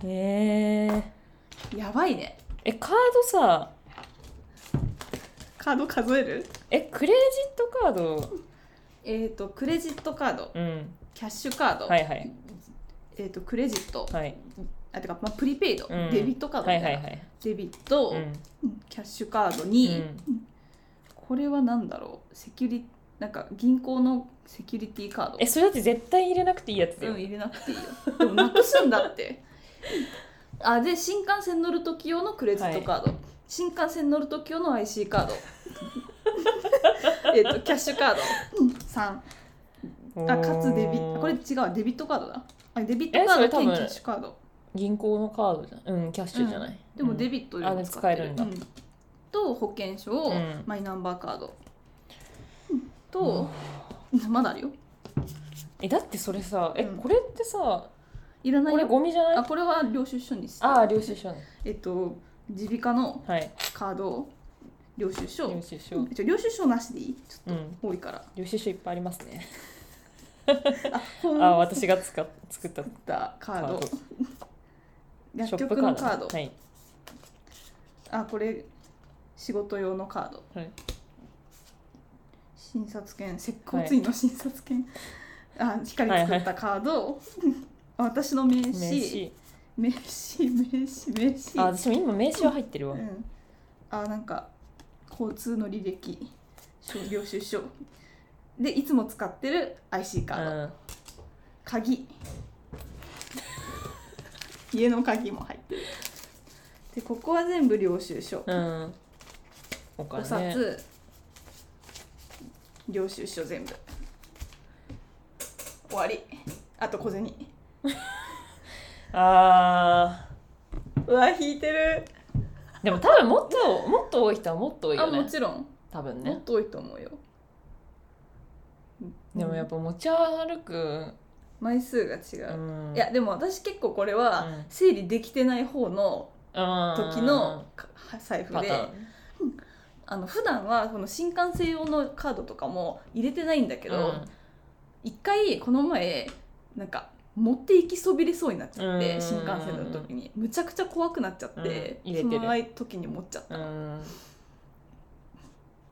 えー、やばいねえカードさカード数えるえクレジットカードえっ、とクレジットカードうんキャッシュカード、はいはいえっ、とクレジットはいあてか、まあ、プリペイド、うんデビットカードはみたいいはないはいデビット、うんキャッシュカードうに、んこれは何だろうセキュリなんか銀行のセキュリティカードえそれだって絶対入れなくていいやつだうよ、ん入れなくていいよでもなくすんだって (laughs) あで新幹線乗る時用のクレジットカード、新幹線乗る時用の IC カー (laughs) ドえっとキャッシュカード3おーあかつデビこれ違うデビットカードだあデビットえカそーれド多兼キ分ャッシュカード銀行のカードじゃんうんキャッシュじゃない、でもデビビットあで使えるんだうんと保険証、うんマイナンバーカードと、まだあるよえだってそれさえ、うんこれってさいらないこれよゴミじゃないあこれは領収書にしてああ領収書ねえっと耳鼻科のはいカード領収書領収書ちょ領収書なしでいいちょうっんと多いから領収書いっぱいありますね本あ私が使っ作っただカードカーシ薬ョップ局カーのドカードはいあこれ仕事用のカードはい診察券石膏医の診察券、あ光作ったカード、私の名刺名刺名刺名刺名刺あ私も今名刺は入ってるうわん、あなんか交通の履歴書領収書でいつも使ってる IC カード、うん鍵家の鍵も入ってるでここは全部領収書、うんおお金札領収書全部終わりあと小銭あうわ引いてるーでも多分もっともっと多い人はもっと多いあよもねちろん多分もねっと多いと思うよでもやっぱ持ち歩く枚数が違うう、んいやでも私結構これうはん整理できてない方のうん時のか財布パタでーンあの普段はこの新幹線用のカードとかも入れてないんだけけど一、回この前なんか持って行きそびれそうになっちゃって、うん新幹線の時にむちゃくちゃ怖くなっちゃって、うん入れてそのる前時に持っちゃったうん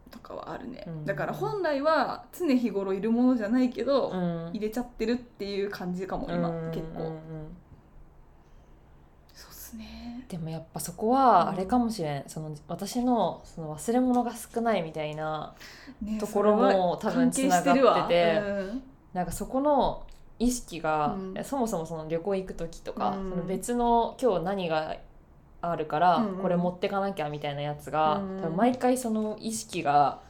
とかはあるね、うんだから本来は常日頃いるものじゃないけど、うん入れちゃってるっていう感じかも今、うん結うん構うんそうっすねでもやっぱそこはあれかもしれん、その私のその忘れ物が少ないみたいなねところもそれは多分関係してるわ繋がっててうんなんかそこの意識が、うんそもそもその旅行行く時とか、うんその別の今日何があるからうんうんこれ持ってかなきゃみたいなやつが、うん多分毎回その意識が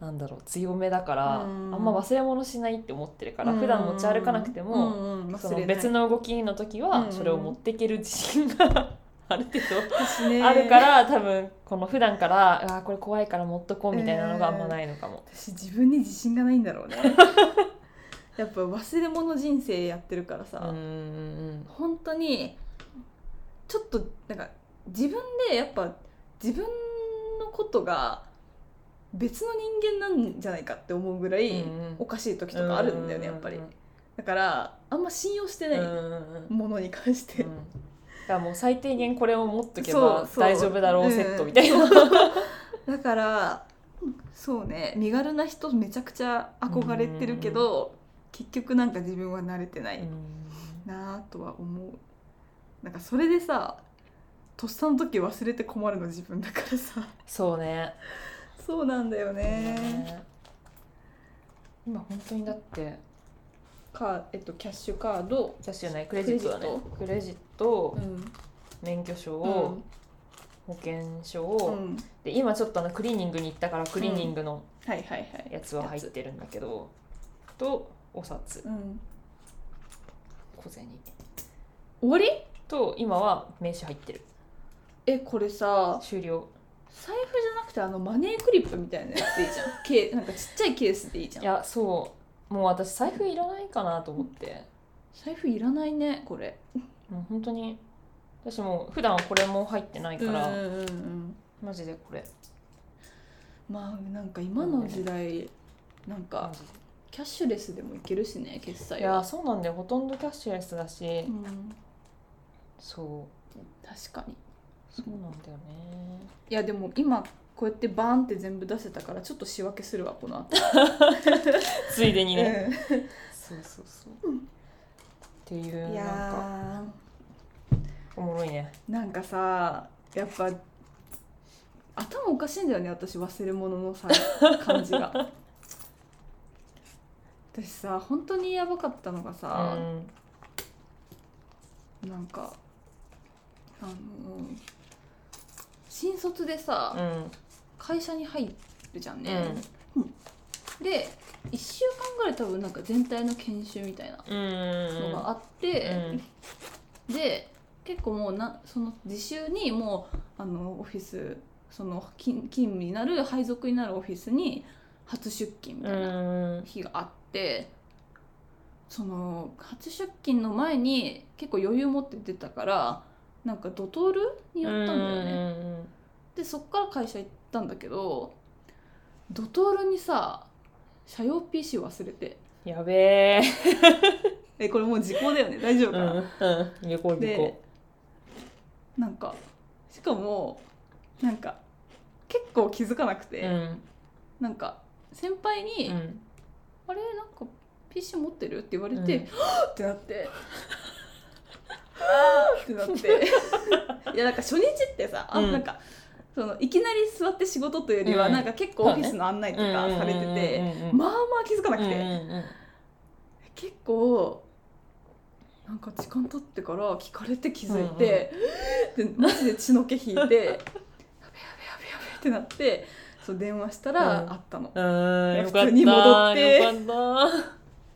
なんだろう強めだから、うんあんま忘れ物しないって思ってるから、うん普段持ち歩かなくても、うんうんその別の動きの時うはんそれを持っていける自信が (laughs) ある程忘れない度あるか私ねら多分この普段からあーこれ怖いから持っとこうみたいなのがあんまないのかも。私自分に自信がないんだ (laughs) ろうねやっぱ忘れ物人生やってるからさ、うんうん本当にちょっとなんか自分でやっぱ自分のことが別の人間なんじゃないかって思うぐらうんういんおかしい時とかあるんだよねやっぱりだからあんま信用してうんなう (laughs) いんうんものに関して、うんだからもう最低限これを持っとけそうばそう大丈夫だろううんセットみたいな。だからそうね身軽な人めちゃくちゃ憧れてるけど結局なんか自分は慣れてないなぁとは思うなんかそれでさとっさの時忘れて困るの自分だからさそうね。そうなんだよねね今本当にだってかえっとキャッシュカードキャッシュないクレジットだね。クレジット、ん免許証、うん保険証、うんで今ちょっとあのクリーニングに行ったからクリーニングのはいはいはいやつは入ってるんだけど、とお札うん小銭終わりと今は名刺入ってるえこれさ終了財布じゃなくてあのマネークリップみたいなやつでいいじ (laughs) ゃんケーなんかちっちゃいケースでいいじゃいんやそうもう私財布いらないかなと思って財布いらないねこれもう本当に私もう普段はこれも入ってないだかからら、うんうんうんマジでこれまあなんか今の時代なんマかジでキャッシュレスでもいけるしね決い済やはそうなんだよほとんどキャッシュレスだし、うんそ確かにうそうなんだよね (laughs) いやでも今こうやってバーンって全部出せたからちょっと仕分けするわこの後、ついでにね、うんそうそうそう、っていういなんかやおもろいねーなんかさやっぱ頭おかしいんだよね私忘れ物の (laughs) さ感じが私さ本当にやばかったのがさ、うんなんかあの新卒でさ、うん会社に入るじゃんね、うんで1週間ぐらい多分なんか全体の研修みたいなうんのがあって、で結構もうなその自習にもうあのオフィスその勤勤務になる配属になるオフィスに初出勤みうたいなん日があって、その初出勤の前に結構余裕持って出たからなんかドトールに寄ったんだよね。ねでそっから会社行ったんだけどドトールにさ社用 PC 忘れてやべええこれもう時効だよね大丈夫うかな、んうん旅行旅で行なんかしかもなんか結構気づかなくて、うんなんか先輩に「うんあれなんか PC 持ってる?」って言われて「うんはぁってなって「はぁってなって (laughs) いやなんか初日ってさあ、うんなんかそのいきなり座って仕事というよりは、うんなんか結構オフィスの案内とかされてて、うんまあまあ気づかなくて、結構なんか時間経ってから聞かれて気づいて、でマジで血の気引いてやべやべやべやべってなってそう電話したらうんあったの、うんよか普っ通たに戻ってよかっ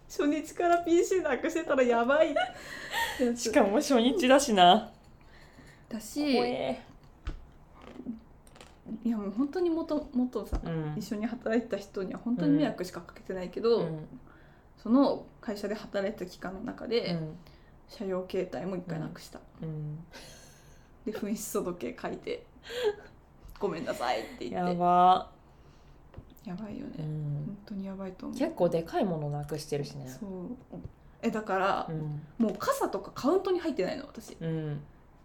初日から PC なくしてたらやばいた (laughs) しかも初日だしなだ怖しいえやもう本当に元元さ、うん一緒に働いてた人には本当に迷惑しかかけてないけど、うんその会社で働いてた期間の中で、うん車用携帯も一回なくした、うんで紛失届書いて「ごめんなさい」って言っやてばやばいよね、うん本当にやばいと思う結構でかいものなくしてるしねそうえだから、うんもう傘とかカウントに入ってないの私うん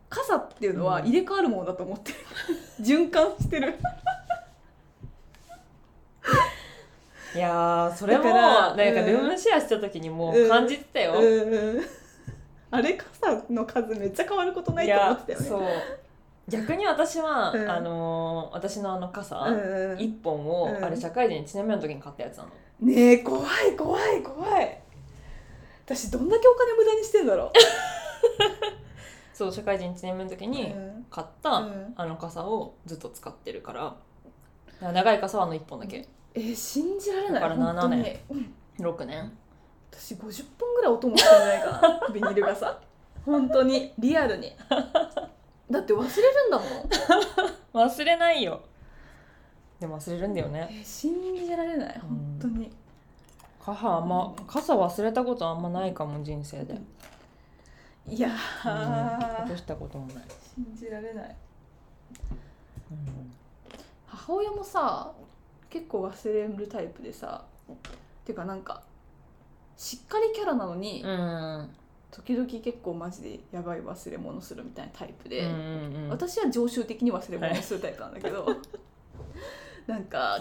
傘っていうのはうん入れ替わるものだと思ってる (laughs) 循環してるいやーそれもだなかんからルームシェアした時にもう感じてたよ、うんあれ傘の数めっちゃ変わることないと思ってたよねいやそう逆に私は、うんあのー私のあの傘、うん一本を、うんあれ社会人1年目の時に買ったやつなのねえ怖い怖い怖い私どんだけお金無駄にしてんだろそう社会人1年目の時う、にん買った、うんあの傘をずっと使ってるからだから長い傘はあの1本だけえー信じられないだから本当に76年私50本ぐらい音もしてんじゃないか (laughs) なビニール傘本当にリアルにだって忘れるんだもん、忘れないよでも忘れるんだよねえー信じられない本当に、傘あんま傘忘れたことあんまないかも人生で、うん、いやー、落としたこともない、信じられないうん母親もさ結構忘れるタイプでさっていうかなんかしっかりキャラなのに、うん時々結構マジでやばい忘れ物するみたいなタイプで、うんうん私は常習的に忘れ物するタイプなんだけど、 (laughs) なんか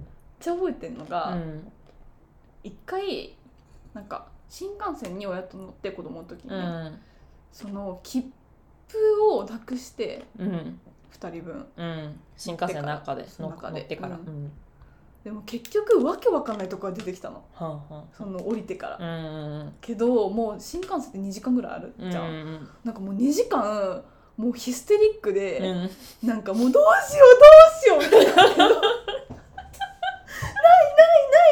めっちゃ覚えてんのうがん一、回なんか新幹線に親と乗って子供の時に、うんその切符をなくしてうん2人分うん新幹線の中でその中で乗ってから、うんうんでも結局わけわかんないとこが出てきたのはんはんその降りてから、うんけどもう新幹線って2時間ぐらいあるうんじゃん、うんなんかもう2時間もうヒステリックで、うんなんかもうどうしようどうしようみたい (laughs) なないない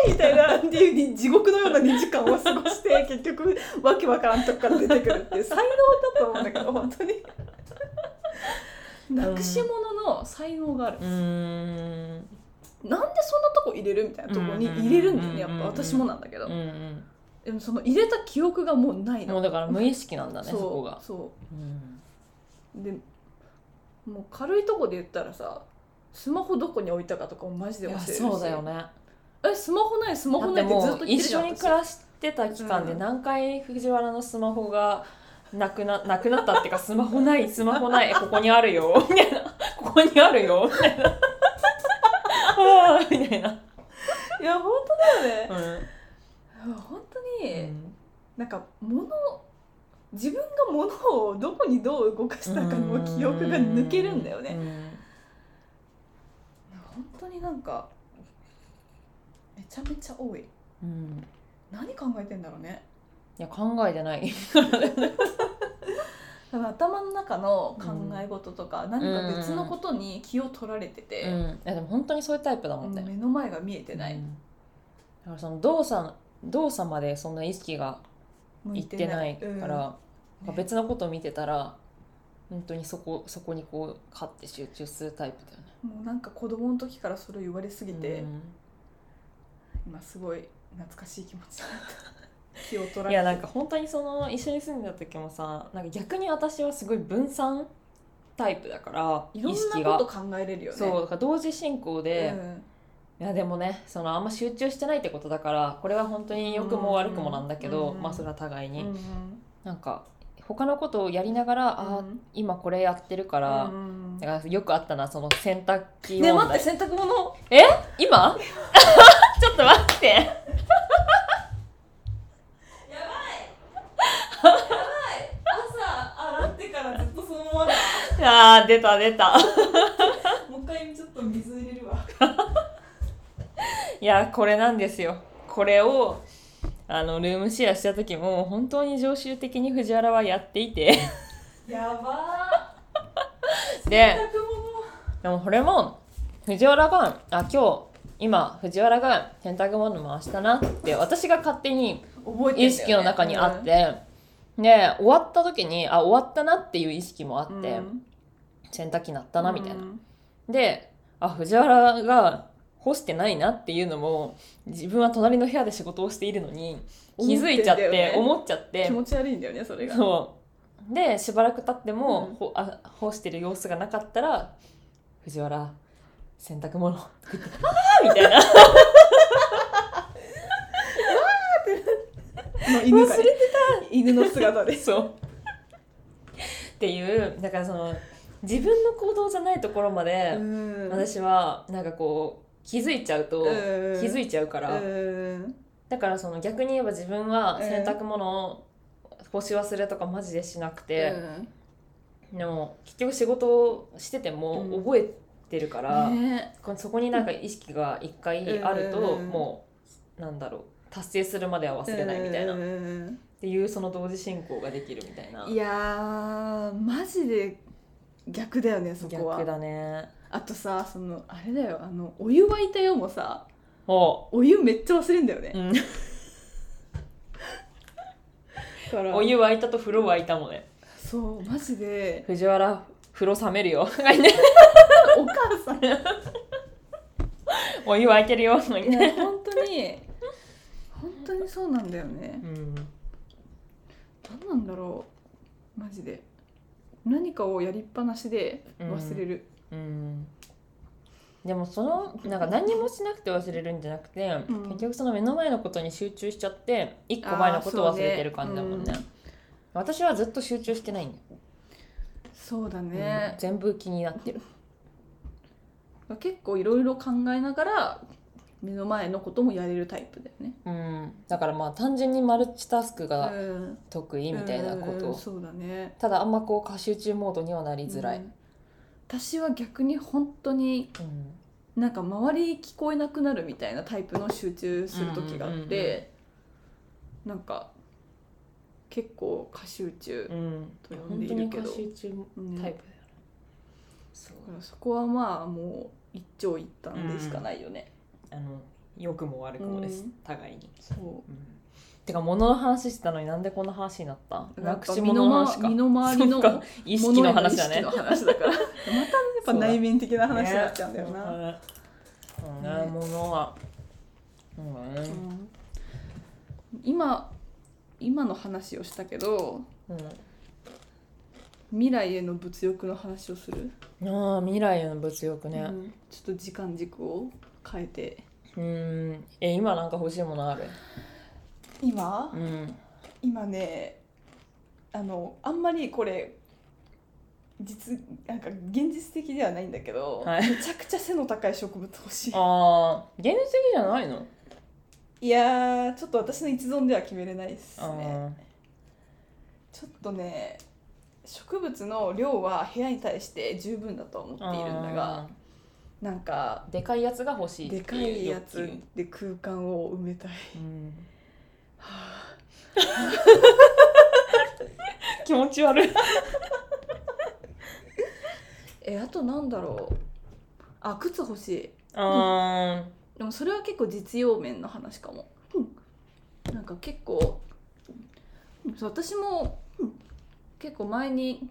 ないみたいなっていう地獄のような2時間を過ごして結局わけわからんとこから出てくるっていう才能だと思うんだけど本当に (laughs) なくし物の才能がある、うんなんでそんなとこ入れるみたいなとこに入れるんだよねやっぱ私もなんだけど、うんでもその入れた記憶がもうないのもうだから無意識なんだねそそうこが、そうん、うでもう軽いとこで言ったらさスマホどこに置いたかとかもマジでい忘れやるしそうだよねえスマホないスマだホっなていってずっもとう言って一るじゃ緒んに暮私らしてた期間でうん何回藤原のスマホがなくななくなったっていうかスマホないスマホないえここにあるよみたいなここにあるよみたいなあーみたいな、いや本当だよね、う本当に、ん、なんか物自分が物をどこにどう動かしたかの記憶が抜けるんだよね、本当になんかめちゃめちゃ多いうん、うん何考えてんだろうねいや考えてない多分頭の中の考え事とか、何か別のことに気を取られてて、うん、いやでも本当にそういうタイプだももうんね。目の前が見えてない、うんだからその動作動作までそんな意識が向いってないかうんら、ね別のことを見てたら本当にそこそこにこう勝って集中するタイプだよね。もうなんか子供の時からそれを言われすぎて、うん今すごい懐かしい気持ち (laughs) になった気を取られていやなんか本当にその一緒に住んでた時もさなんか逆に私はすごい分散タイプだからい意ろ識んがなこと考えれるよねそうだから同時進行うで、んいやでもねそのあんま集中してないってことだからこれは本当に良くも悪くもなんだけうんど、うんうんまあそれは互いに、うんなんか他のことをやりながら、あうーん今これやってるかうら、んだからよくあったなその洗濯機ね問待っ題、て洗濯物今 (laughs) ちょっと待ってやばいやばい朝洗ってからずっとそのままあー出た出たもう一回ちょっと水入れるわいやこれなんですよこれをあのルームシェアした時も本当に常習的に藤原はやっていて (laughs) やばで洗濯でもこれも藤原が「あ今日今藤原が洗濯物回したな」って私が勝手に物覚えてんだよね意識の中にあって、で終わった時にあ終わったなっていう意識もあって、うん洗濯機鳴ったなみたいな。うんであ藤原が干してないなっていうのも自分は隣の部屋で仕事をしているのに気づいちゃって思んだよね思っちゃって気持ち悪いんだよねそれがそうでしばらく経っても、うんほあ干してる様子がなかったら「藤原洗濯物作って」あーみたいな (laughs) の (laughs) 犬が忘れてた犬の姿で (laughs) そうっていうだからその自分の行動じゃないところまで、私私はなんかこう気づいちゃうと、気づいちゃうから、だからその逆に言えば自分はうん洗濯物を干し忘れとかマジでしなくて、でも結局仕事をしててもうん覚えてるから、ねこそこになんか意識が一回あるとうんもうなんだろう達成するまでは忘れないみたいな、うっんていうその同時進行ができるみたいないやーマジで逆だよねそこは逆だねあとさそのあれだよあのお湯沸いたよもさおお湯めっちゃ忘れんだよね、う、うん、だからお湯沸いたと風呂沸いたもんねそうマジで藤原風呂冷め (laughs) るよがいねお母さん (laughs) お湯沸いてるよがいいねや本当に本当にそうなんだよねうん何なんだろうマジで何かをやりっぱなしで忘れるうんでもそのなんか何もしなくて忘れるんじゃなくて、ん結局その目の前のことに集中しちゃって一個前のことを忘れてる感じだもんねあーそう私はずっと集中してないんだよ、そうだうねん、全部気になってる結構いろいろ考えながら目の前のこともやれるタイプだよねうん、だからまあ単純にマルチタスクがうん得意みたいなこうんとそうだねただあんまこう過集中モードにはなりづらい、うん私は逆に本当にうんなんか周り聞こえなくなるみたいなタイプの集中する時があって、なんか結構過集中う、んと呼んでい本当にるけ過ど集中うんタイプだよねだ、そうからそこはまあもう一長一短でしかないよね、あの良くも悪くもです、うん互いに、そうん、てか物の話してたのになんでこんな話になったうなやっくぱし身物のの話回か身の回りのそっか意識の話だ物へねの意識の話だ (laughs) からまたやっぱ内面的な話になっちゃうんだよな、ねそうねね物はうんねうん今今の話をしたけどう未来への物欲の話をする、んああ未来への物欲ね、うんちょっと時間軸を変えてうーんえ今なんか欲しいものある今、うん今ねあのあんまりこれ実なんか現実的ではないんだけど、はい (laughs) めちゃくちゃ背の高い植物欲しいああ現実的じゃないのいやーちょっと私の一存では決めれないですあねちょっとね植物の量は部屋に対して十分だと思ってーいるんだがあなんかーでかいやつが欲しいでってかういやつ欲求で空間を埋めたいうん (laughs) 気持ち悪いえあとなんだろうあ靴欲しいあでもそれは結構実用面の話かも、なんか結構そう私も、結構前に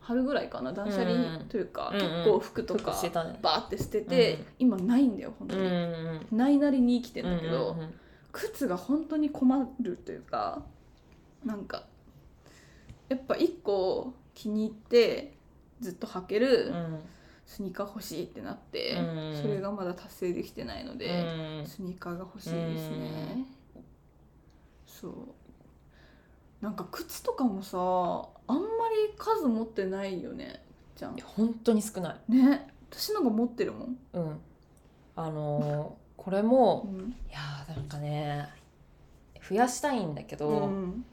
春ぐらいかな断捨離というか、うんうん結構服ととかしてたねバーって捨てて、うん今ないんだよ本当うんに、うんないなりに生きてんだけど、うんうんうん靴が本当に困るというかなんかやっぱ一個気に入ってずっと履けるスニーカー欲しいってなって、うんそれがまだ達成できてないので。うんスニーカーが欲しいですねうん。そう。なんか靴とかもさ、あんまり数持ってないよね。じゃんいや。本当に少ない、ね、私なんか持ってるもん。うん、あのーこれもうん。いやーなんかね増やしたいんだけど、うん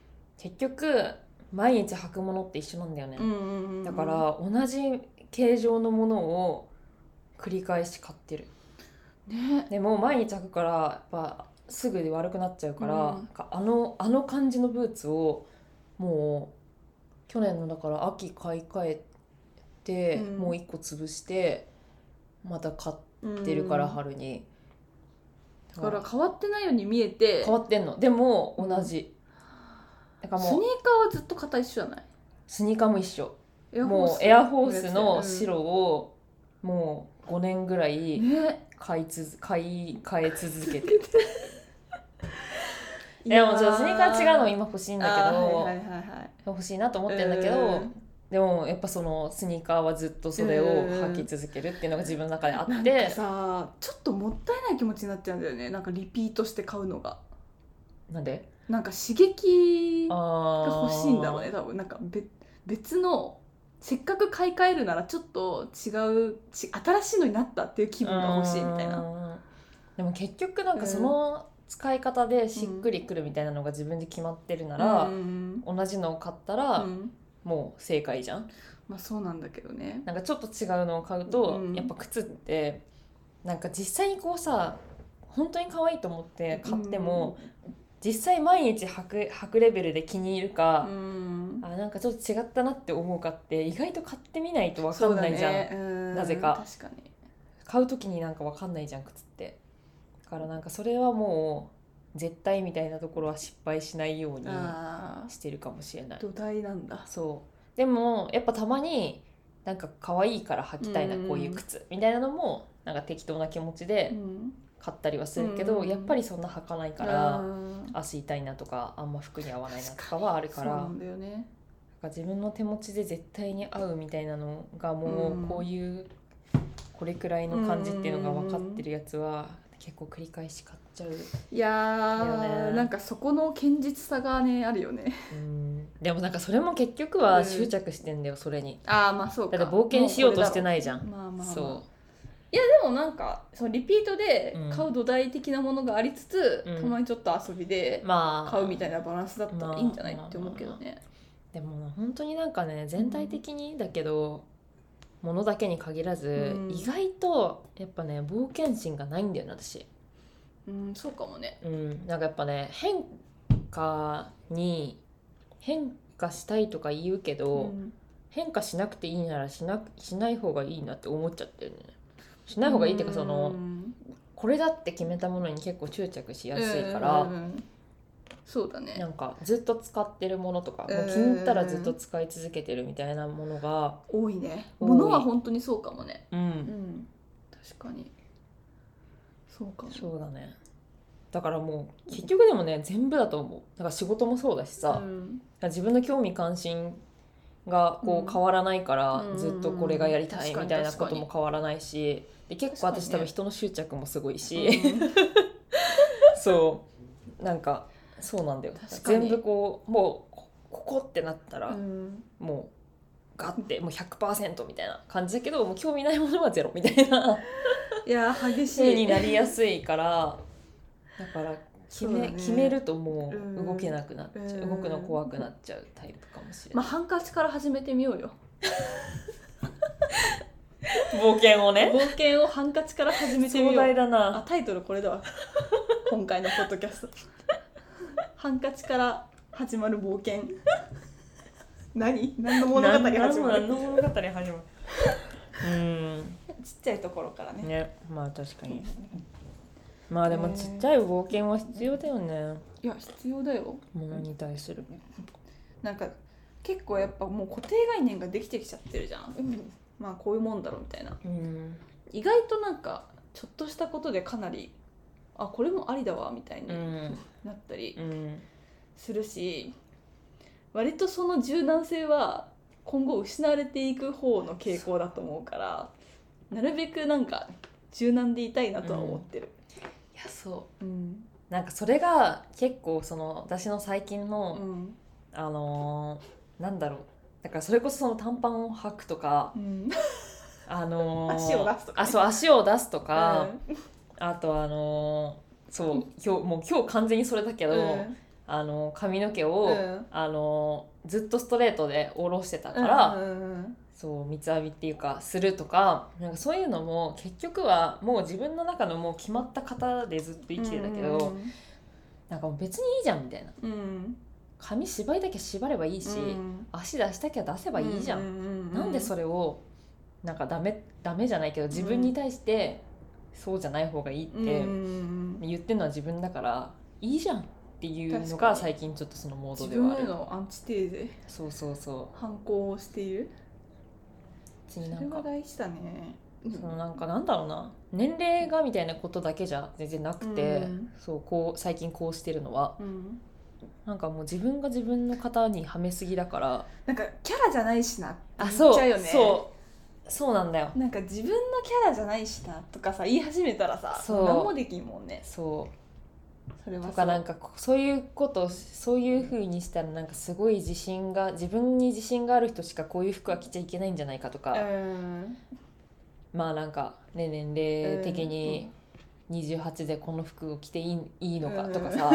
結局毎日履くものって一緒なんだよね、うんうんうん。だか。ら同じ形状のものを繰り返し買ってるね。でも毎日履くからやっぱすぐ悪くなっちゃうから、うんなんかあのあの感じのブーツをもう去年のだから秋買い替えて、うんもう一個潰してまた買ってるから春に、うん。だから変わってないように見えて。変わってんのでも同じ、だからスニーもうカーはずっと型一緒じゃない。スニーカーも一緒エもうエアフォースうのん白をもう5年ぐらいね。買いつ買い替え続けていでやもちょっとスニーカー違うの今欲しいんだけど、あーはいはいはいはい。欲しいなと思ってんだけど、うんでもやっぱそのスニーカーはずっとそれを履き続けるっていうのが自分の中であって、なんかさちょっともったいない気持ちになっちゃうんだよねなんかリピートして買うのがなんでなんか刺激があ欲しいんだろうね多分なんか別別のせっかく買い替えるならちょっと違うち新しいのになったっていう気気分が欲しいみたいななでも結局なんかその使い方でしっくりくるみたいなのが自分で決まってるなら、うん同じのを買ったらうんもう正解じゃん、まあそうなんだけどねなんかちょっと違うのを買うと、うんやっぱ靴ってなんか実際にこうさ本当に可愛いと思って買っても、実際毎日履く履くレベルで気に入るか、うんあなんかちょっと違ったなって思うかって意外と買ってみないと分かそうんだないじゃん、ねうんなぜか確かに買う時になんか分かんないじゃん靴ってだからなんかそれはもう絶対みたいなところは失敗しないようにあーしてるかもしれない土台なんだそうでもやっぱたまになんか可愛いから履きたいなうんこういう靴みたいなのもなんか適当な気持ちでうん買ったりはするけど、うんやっぱりそんな履かないかあらー足痛いなとかあんま服に合わないなとかはあるそかうらなんだよねなんか自分の手持ちで絶対に合うみたいなのがもうんうこういうこれくらいの感じっていうのが分かってるやつは結構繰り返し買っちゃう、いやーよねなんかそこの堅実さがねあるよねうんでもなんかそれも結局うはん執着してんだよそれにああまあそうだかって冒険しようとしていないじゃん、まあまあ、まあ、そいやでもなんかそのリピートで買う土台的なものがありつつ、うんたまにちょっと遊びでうまあ買うみたいなバランスだったらいいんじゃないって思うけどね、でも本当になんかね全体的にだけど、ものだけに限らず、うん意外とやっぱね冒険心がないんだよね私、うんそうかもねうん、なんかやっぱね変化に変化したいとか言うけど、うん変化しなくていいならしなくしない方がいいなって思っちゃってるねしない方がいいっていうかその、んこれだって決めたものに結構執着しやすいから、うんうんうんそうだなねんかずっと使ってるものとか、うんもう気に入ったらずっと使い続けてるみたいなものが、多いね多い物は本当にそうかもねうんうん確かにそうかもそうだねだからもう結局でもね全部だと思うだから仕事もそうだしさう、ん自分の興味関心がこうんう変わらないから、うんずっとこれがやりた確いかにみたいなことも変わらないしで結構確かに私、ね多分人の執着もすごいし、うん (laughs) そうなんかそうなんだよ確かに全部こうもうこここってなったら、うんもうガッてもう100%みたいな感じだけどもう興味ないものはゼロみたいないやー激し (laughs) い風になりやすいからだから決そうめ,、だね決めるともうんう動けなくなっちゃう、うん動くの怖くなっちゃうタイプかもしれまあない、ハンカチから始めてみようよ冒険をね冒険をハンカチから始めてみよ壮う大だあなタイトルこれだわ今回のポッドキャストハンカチから始まる冒険何何の物語何始ま何るの物語始まるうんちっちゃいところからねねまあ確かにまあでもちっちゃい冒険は必要だよねいや必要だよものに対するなんか結構やっぱもう固定概念ができてきちゃってるじゃん、まあこういうもんだろうみたいなうん意外となんかちょっとしたことでかなりあこれもありだわみたいにうんなったりうんするし割とその柔軟性は今後失われていく方の傾向だと思うからなるべくなんか柔軟でいたいなとは思ってる。いやそううんなんかそれが結構その私の最近うの、んあのーなんだろうだからそれこそその短パンを履くとか、うんあのー足を出すとかねあそう足を出すとか、うあとあのーそう今日もう今日完全にそれだけど、んあのー髪の毛を、うんあのーずっとストレートで下ろしてたから、うんそう三つ編みっていうかするとかなんかそういうのも結局はもう自分の中のもう決まった型でずっと生きてたけど、なんかもう別にいいじゃんみたいなうんうん髪縛りだけ縛ればいいし、うん足出したきゃ出せばいいじゃんう、んなんでそれをなんかダメダメじゃないけど自分に対してそうじゃない方がいいっうんうてん言ってるのは自分だからいいじゃんっていうの確かがに最近ちょっとそのモー自ドで分はあへるのアンチテーゼそうそうそ反抗をしているう次そなれんはか大事だね。そのなんかなんだろうな年齢がみたいなことだけじゃ全然なくて、うんそうこう最近こうしてるのはうんなんかもう自分が自分の型にはめすぎだからなんかキャラじゃないしなって言あっそうちゃうよね。そうそうなんだよなんか自分のキャラじゃないしなとかさ言い始めたらさそう何もできんもんねそうそれはとさかなんかこそういうことそういう風にしたらなんかすごい自信が自分に自信がある人しかこういう服は着ちゃいけないんじゃないかとうか、んまあなんか、ね、年齢的に28でこの服を着ていいいいのかとかさ、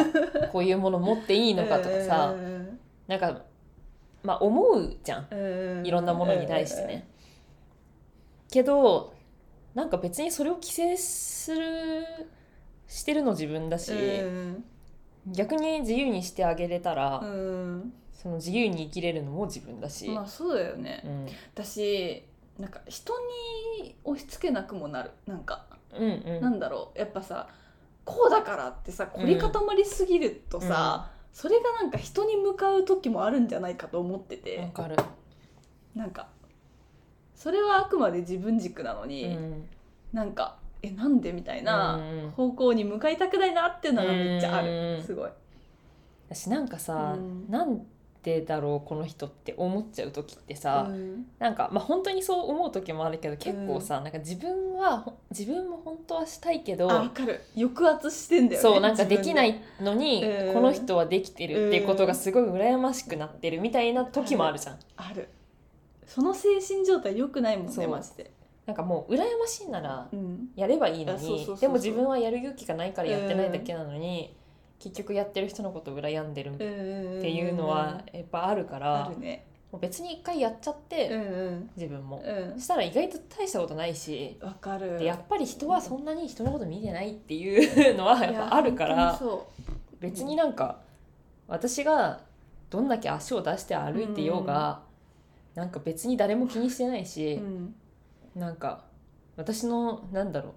こういうもの持っていいのかとかさ、うんなんかまあ思うじゃんうんいろんなものに対してね。けどなんか別にそれを規制するしてるの自分だし、逆に自由にしてあげれたら、うんその自由に生きれるのも自分だし、まあそうだよね、うん、私なんか人に押し付けなくもなるなんか、うんうんなんだろうやっぱさこうだからってさ凝り固まりすぎるとさ、それがなんか人に向かう時もあるんじゃないかと思ってわて、かる、なんかそれはあくまで自分軸なのうに、ん、なんかえなんでみたいなうん方向に向かいたくないなっていうのがめっちゃあうるんすごい。私なんかさ、うんなんでだろうこの人って思っちゃう時ってさ、なんかまあ本当にそう思う時もあるけど結構さ、なんか自分はほ自分も本当はしたいけど、あ分かる抑圧してんだよね。そうなんかできないいのに、うんこの人はできてるっていうことがすごい羨ましくなってるみたいな時もあるじゃん、あるその精神状態良くないもんそねうマジで。なんかもう羨ましいならうんやればいいのあそうそうそうそうにでも自分はやる勇気がないからやってないだけなのに、結局やってる人のことを羨んでるうっんうんうんていうのはやっぱあるから、あるね。もう別に一回やっちゃって、うんうん自分も、うそしたら意外と大したことないし、んわかる。でやっぱり人はそんなに人のこと見てないっていうのはやっぱあるかいやら。本別になんか私がどんだけ足を出して歩いてようが、なんか別に誰も気にしてない当しにそう。う、んなんか私のなんだろ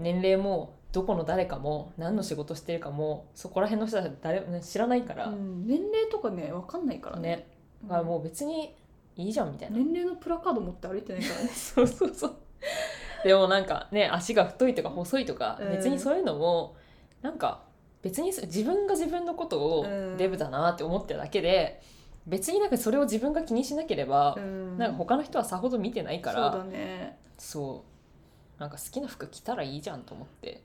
う年齢もどこの誰かも何の仕事してるかもそこら辺の人は誰も知らないから、うん年齢とかねわかんないからねね。だからもう別にいいじゃんみたいな、。年齢のプラカード持って歩いてないからね (laughs) そうそうそうでもなんかね足が太いとか細いとか、うん別にそういうのもなんか別に自分が自分のことをうんデブだなって思ってるだけで、別になんかそれを自分が気にしなければ、うんなんか他の人はさほど見てないかそうらだね。そう,、なんか好きな服着たらいいじゃんと思って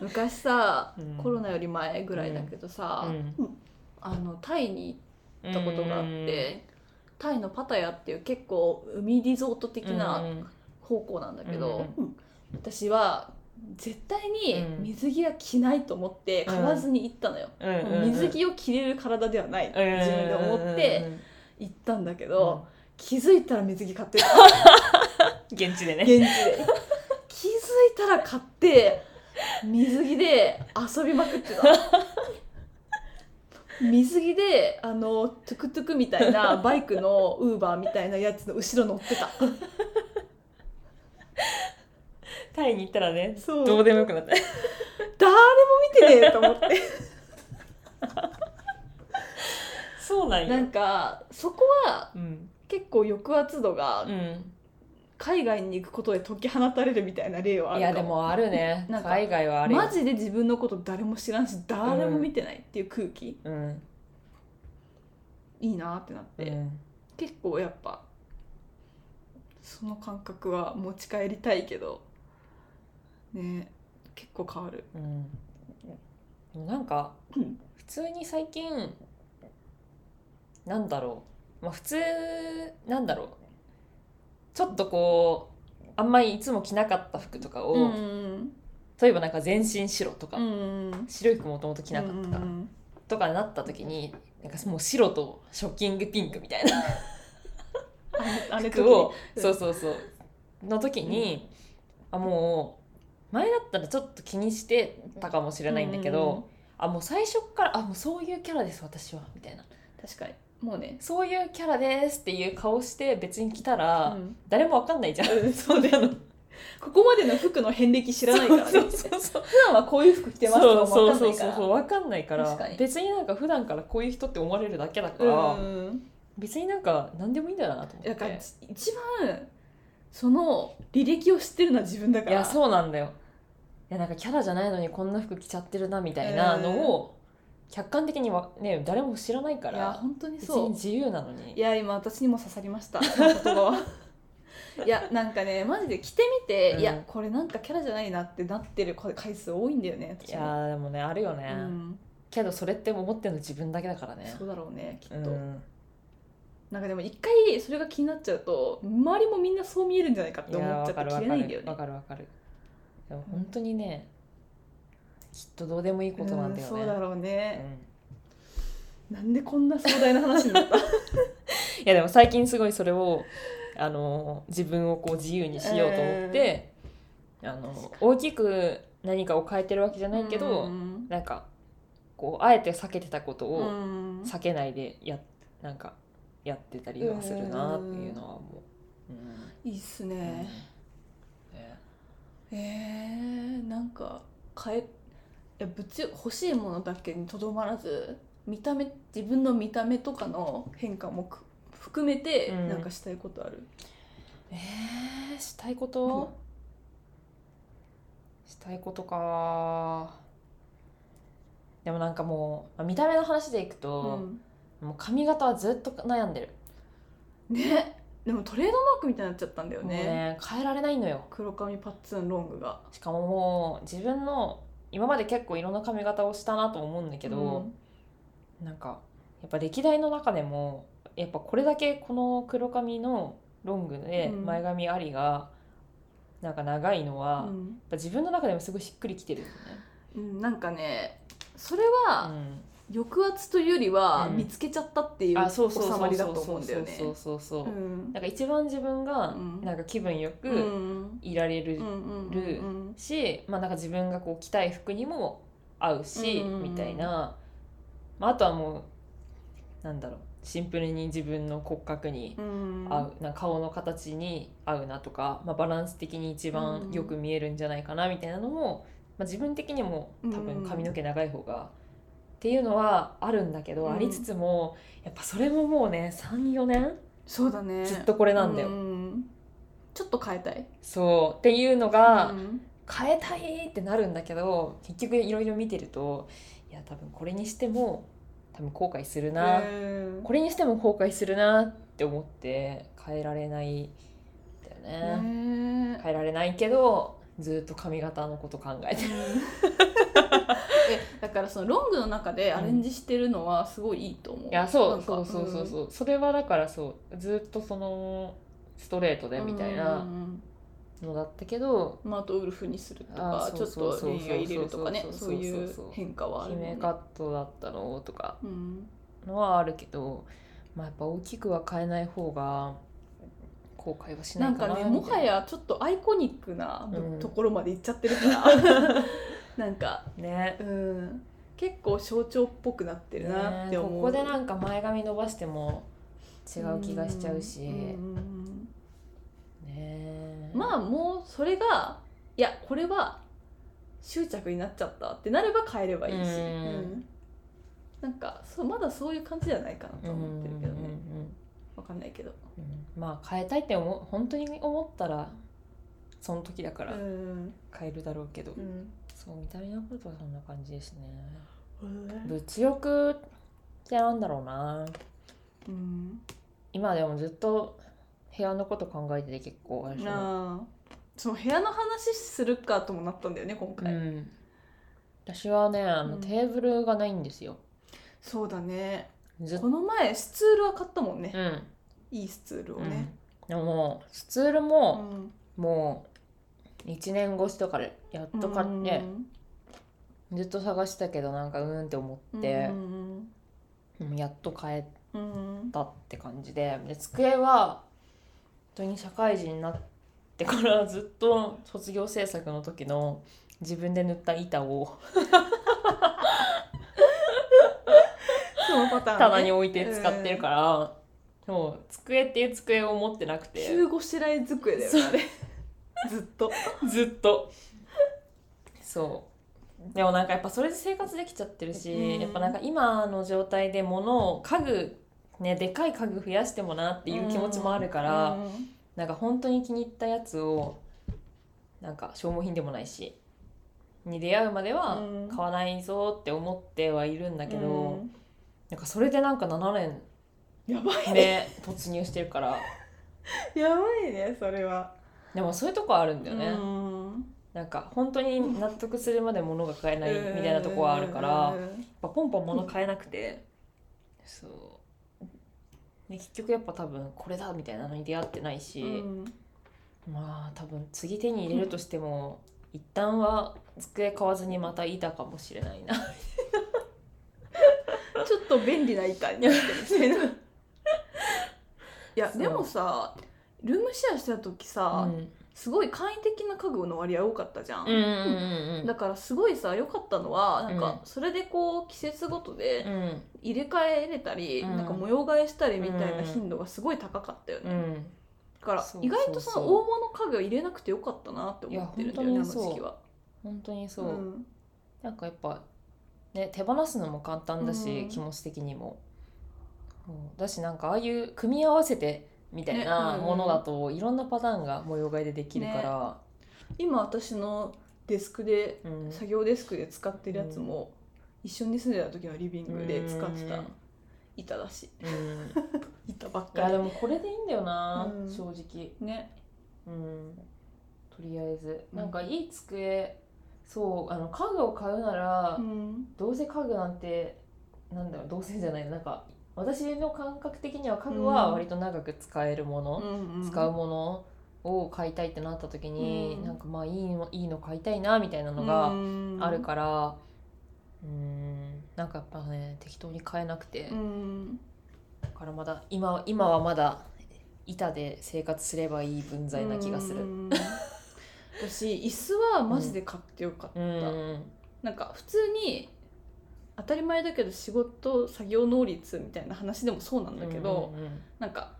昔さ、うんコロナより前ぐらいだけどさ、あのタイに行ったことがあって、タイのパタヤっていう結構海リゾート的な方向なんだけど、私は絶対に水着は着ないと思って買わずに行ったのよ、水着を着れる体ではないって自分で思って行ったんだけど、と気づいたら水着買 (laughs) ってた現地で現ね。地で気づいたら買って水着で遊びまくってた水着であのトゥクトゥクみたいなバイクのウーバーみたいなやつの後ろ乗ってたタイに行ったらねそうどうでもよくなった。誰も見てねえと思ってそうなんなやん。かそこはうん結構抑圧度がうん海外に行くことで解き放たれるみたいな例はあいるかやでもあるねなんか海外はあれマジで自分のこと誰も知らんし誰も見てないっていう空気、うんいいなってなって、うん結構やっぱその感覚は持ち帰りたいけどね結構変わるうんでもなんかうん普通に最近なんだろうまあ普通なんだろうちょっとこうあんまりいつも着なかった服とかを、うん例えばなんか全身白とか、うん白い服もともと着なかったから、うんとかなった時になんかもう白とショッキングピンクみたいなあれあれ服を、うん (laughs) そうそうそうの時に、あもう前だったらちょっと気にしてたかもしれないんだけど、うんうんうんあもう最初っからあもうそういうキャラです私はみたいな確かにもうね、そういうキャラですっていう顔して別に来たうら、ん、誰もわかんないじゃん、そうだよここまでの服の遍歴知らないからねそうそうそう普段はこういう服着てますとかもそう分かんそなういかそうらそうわかんないから確かに別になんか普段からこういう人って思われるだけだかうら、ん別になんか何でもいいんだよなと思だっからて一一番その履歴を知ってるのは自分だかいらやそうなんだよいやなんかキャラじゃないのにこんな服着ちゃってるなみたいなのを客観的にはね誰も知らないかいやら本当に別そうに自由なのいにや今私にも刺さりま (laughs) したその言葉はいやなんかねマジで着てみて、うんいやこれなんかキャラじゃないなってなってる回数多いんだよねい私もやでもねあるようね、ん、けどそれって思ってるの自分だけだからねそうだろうねきっと、うんなんかでも一回それが気になっちゃうと周りもみんなそう見えるんじゃないかっいてや思っちわゃってかる着わかれないんだよるねわかるわかるでも本当にね、きっとどうでもいいことなうんだよんね、そうだろうね、うんなんでこんな壮大な話になったいやでも最近すごいそれをあの自分をこう自由にしようと思って、あの大きく何かを変えてるわけじゃないけど、うんなんかこうあえて避けてたことうをん避けないでやなんかやってたりはするなっていうのはもう。うんいいっすね、ねえー、なんか変えいや物欲しいものだけにとどまらず見た目自分の見た目とかの変化もく含めてうんなんかしたいことある、えーしたいこと、したいことかでもなんかもう見た目の話でいくうと、んもう髪型はずっと悩んでるねでもトレードマークみたいになっちゃったんだよもうねね変えられないのよ黒髪パッツンロングがしかももう自分の今まで結構いろんな髪型をしたなと思うんだけど、なんかやっぱ歴代の中でもやっぱこれだけこの黒髪のロングでうん前髪ありがなんか長いのは、うやっんぱ自分の中でもすごいしっくりきてるよね。うん、なんかねそれうはん抑圧というよりはうん見つけちゃったっていうあそ収うそうそうまりだそと思ううんだよね。そうそうそうう、んなんか一番自分がうんなんか気分ようんくいられるうんうんうんし、まあなんか自分がこう着たい服にも合うし、うんみたいな、まあ、あとはもうなんだろうシンプルに自分の骨格にうんうん合う、なんか顔の形に合うなとか、まあ、バランス的に一番よく見えるんじゃないかなみたいなのも、まあ、自分的にも多う分ん髪の毛長い方が、っていうのはあるんだけど、うんありつつもやっぱそれももうね34年そうだねずっとこれなんだよ。うんちょっと変えたいそうっていうのが、うん変えたいってなるんだけど結局いろいろ見てるといや多分これにしても多分後悔するな、うんこれにしても後悔するなって思って変えられないんだよね。ね変えられないけどずっと髪型のこと考えてるえだからそのロングの中でアレンジしてるのはすごいいいと思う。いやそなんうかそうそうそうそう、それはだからそうずっとそのストレートでみたいうんなうんうんのだったけど、まあ、あとウルフにするとあかーちそょっとうそうそうそうレイヤー入れるとかねそうそそうそううそういう変化はある姫もんねカットだったのとかうんのはあるけど、まあ、やっぱ大きくは変えない方が後悔はしなないんかかなねみもたはいなやちょっとアイコニックなぶうんところまでいっちゃってる (laughs) から、なんか、ねうん、結構象徴っぽくなってるなって思う、ねここでなんか前髪伸ばしても違う気がしちゃうし、んうんうんねまあもうそれがいやこれは執着になっちゃったってなれば変えればいいし、うんうんなんかそうまだそういう感じじゃないかなと思ってるけどね、うんうんうんわかんないけど。うんまあ変えたいって思う本当に思ったらその時だからうん変えるだろうけど、うんそう見た目のことはそんな感じですね物欲ってなんだろうなうん、今でもずっと部屋のこと考えてて結構あれでしょなあその部屋の話するかともなったんだよね今う回、ん、私はねあの、うんテーブルがないんですよそうだねずっ、ことの前スツールは買ったもんねう、んいいスツールをね、うんでももうスツールうも、ん、もう1年越しとかでやっと買って、ずっと探してたけどなんかうーんって思うんって、うんうんやっと買えうんたって感じでで机は本当に社会人になってからずっと卒業制作の時の自分で塗った板をそのパターン、ね、棚に置いて使ってるから、そう机っていう机を持ってなくて中ごしらえ机だよねあれ (laughs) ずっとずっとそうでもなんかやっぱそれで生活できちゃってるし、うんやっぱなんか今の状態で物を家具ねでかい家具増やしてもなっていう気持ちもあるから、うんなんか本当に気に入ったやつをなんか消耗品でもないしに出会うまではうん買わないぞって思ってはいるんだけど、うんなんかそれでなんか7年やばいね目突入してるからやばいねそれはでもそういうとこあるんだよね、うんなんか本当に納得するまで物が買えないみたいなとこはあるから、やっぱポンポン物買えなくて、そう、ね、結局やっぱ多分これだみたいなのに出会ってないし、うんまあ多分次手に入れるとしても、一旦は机買わずにまた板かもしれないなちょっと便利な板になってるみたいな。いやそうでもさルームシェアしてた時さ、うんすごい簡易的な家具の割合多かったじゃん。うんうんうんうんだからすごいさ良かったのはなんかうそれでこう季節ごとでうん入れ替えれたり、うんなんか模様替えしたりみたいな頻度がすごい高かったよね、うだんからそう意外とそのそうそう大物家具は入れなくてよかったなって思ってるんだよいねあやの本当にそう時期は。本当にそう、んなんかやっぱ、ね、手放すのも簡単だし、うん気持ち的にもうんだしなんかああいう組み合わせてみたいなねうんものだと、いろんなパターンが模様替えでできるから、今私のデスクでうん作業デスクで使ってるやつも、一緒に住んでた時のリビングで使ってた (laughs) 板だしうんうん板ばっいかやりでもこれでいいんだよな、うん正直、ねうん、とりあえずうんなんかいい机そうあの家具を買うなら、うんどうせ家具なんてなんだろうどうせじゃないなんか私の感覚的には家具は割と長く使えるもの、使うものを買いたいってなった時に、うんなんかまあいいのいいの買いたいなみたいなのがあるからうんなんかやっぱね適当に買えなくて、らうんだからまだ今は今はまだ板で生活すればいい分際な気がすうる。ん私椅子はマジで買ってよかった、うんなんか普通に当たり前だけど仕事作業能率みたいな話でもそうなんだけど、うんうんなんか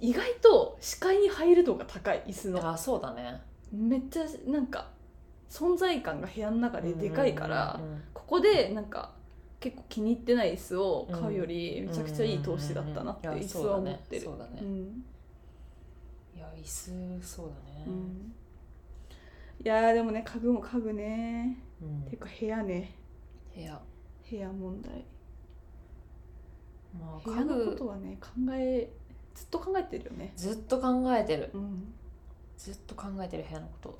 意外と視界に入る度が高い椅子うんのあそうだねめっちゃなんか存在感が部屋の中ででかいから、うんうんうんここでなんか結構気に入ってない椅子を買うよりめちゃくちゃいい投資だったなってうんうんうんうん椅子は思ってるいやそうだねうそうだねんいや椅子そうだねう、んいやーでもね家具も家具ねうんてか部屋ね部屋部屋問題まあ部屋家のこ具とはね考えずっと考えてるよねずっと考えてるうんずっと考えてる部屋のこと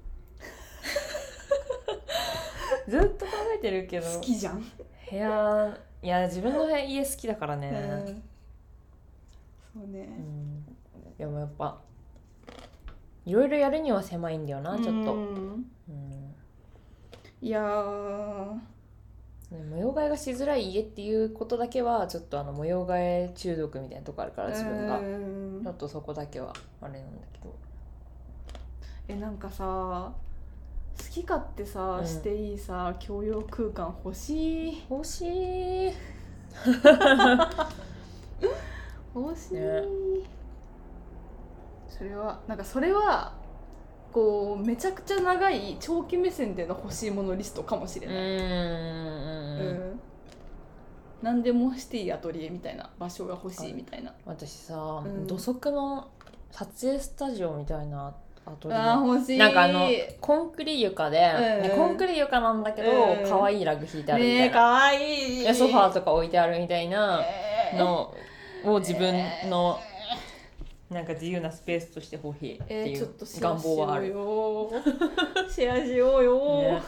(laughs) ずっと考えてるけど好きじゃん、部屋いや自分の部屋家好きだからうね、んそううねん、でもやっぱいろいろやるには狭いんだよなちょっと、うんうんいやー模様替えがしづらい家っていうことだけはちょっとあの模様替え中毒みたいなとこあるから自分が、うんちょっとそこだけはあれなんだけどえなんかさ好き勝手さ、うんしていいさ共用空間欲しい欲しい欲しい、ねそれはなんかそれはこうめちゃくちゃ長い長期目線での欲しいものリストかもしれうない、うんん何でもしていいアトリエみたいな場所が欲しいみたいな私さ、うん土足の撮影スタジオみたいなアトリエあー欲しいなんかあのコンクリ床で、うんうんコンクリ床なんだけどうん可愛、いラグ引いてあるみたねいえな、かわいいでソファーとか置いてあるみたいなえーのを自分のなんか自由なスペースとして欲しいってえいー、ちょうっとシェ願アしよ望はあうる。よ (laughs) シェアしようよ、ね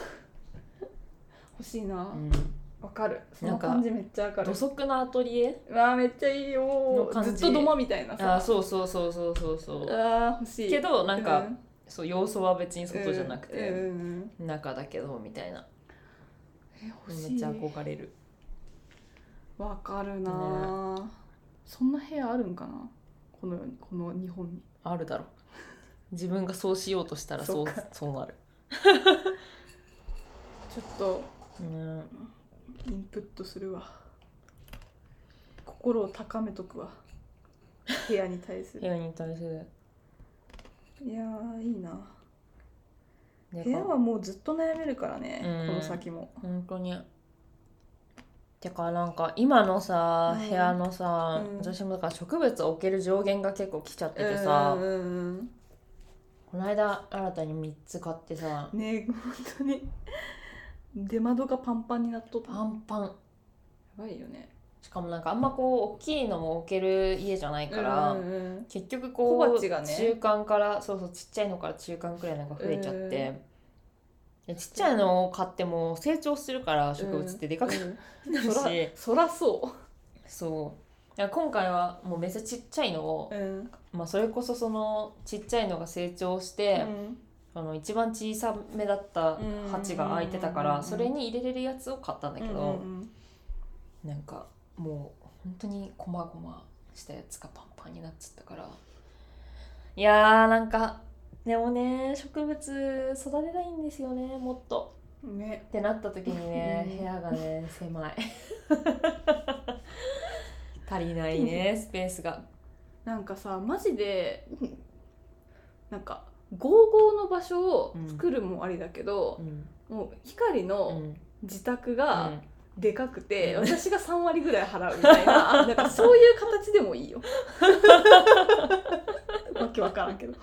欲しいなわう、んかるそなんのか感じめっちゃわかる土足のアトリエうわーめっちゃいいよの感じずっと土間みたいなさあーそうそうそうそうそうそうあー欲しいけどなんうか、そう要素は別に外じゃなくて、うんうんうん中だけどみたいなえ欲しめっいちゃ憧れるわかるなー、そんな部屋あるんかなこの世にこの日本にあるだろう (laughs) 自分がそうしようとしたらそうそっそうなる、ちょっとうん、インプットするわ心を高めとくわ部屋に対す (laughs) 部る屋に対するいやーいいなね部屋はもうずっと悩めるからね、うんこの先も本当にてかなんか今のさ、うん部屋のさ、うん私もだから植物置ける上限が結構来ちゃっててさ、うんうんこの間新たに3つ買ってさうんねえ本当に出窓がパンパンになっとったパンパンやばいよねしかもなんかあんまこう大きいのも置ける家じゃないから、うんうん結局こ小う、鉢がね中間からそうそうちっちゃいのから中間くらいなんか増えちゃって、でちっちゃいのを買っても成長するから植物ってでかくなるうんし、そらそらそそうだから今回はもうめっちゃちっちゃいのをう、、うんまあ、それこそそのちっちゃいのが成長して、あの一番小さめだった鉢が空いてたかうんうんら、うんそれに入れれるやつを買ったんだけど、うんうんなんかもう本当にこまごましたやつがパンパンになっちゃったからいやーなんかでもね植物育てたいんですよねもっとねってなった時にねうん部屋が (laughs) ね狭い足りないねスペースがなんかさマジでなんか55の場所を作るもありだけどう、んもう光うのん自宅がうんでかくて、うん私が3割ぐらい払うみたいな (laughs) なんかそういう形でもいいよ。 (laughs) わけわからんけど。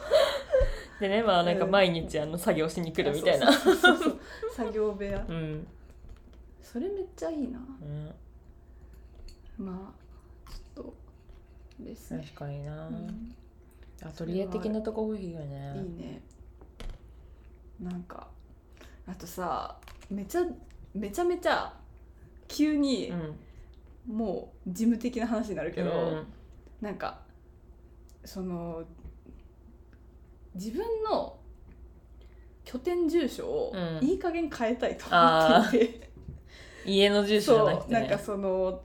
でねまあなんかうん毎日あの作業しに来るみたいなそうそう (laughs) そうそう作業部屋う。んそれめっちゃいいな。うんまあちょっとですね。確かになうんアトリエ的なとこ多いよねいいね。なんかあとさめちゃめちゃめちゃ急にうんもう事務的な話になるけど、うんなんかその自分の拠点住所をうんいい加減変えたいと思っていて、家の住所じゃなそくうてなんかねその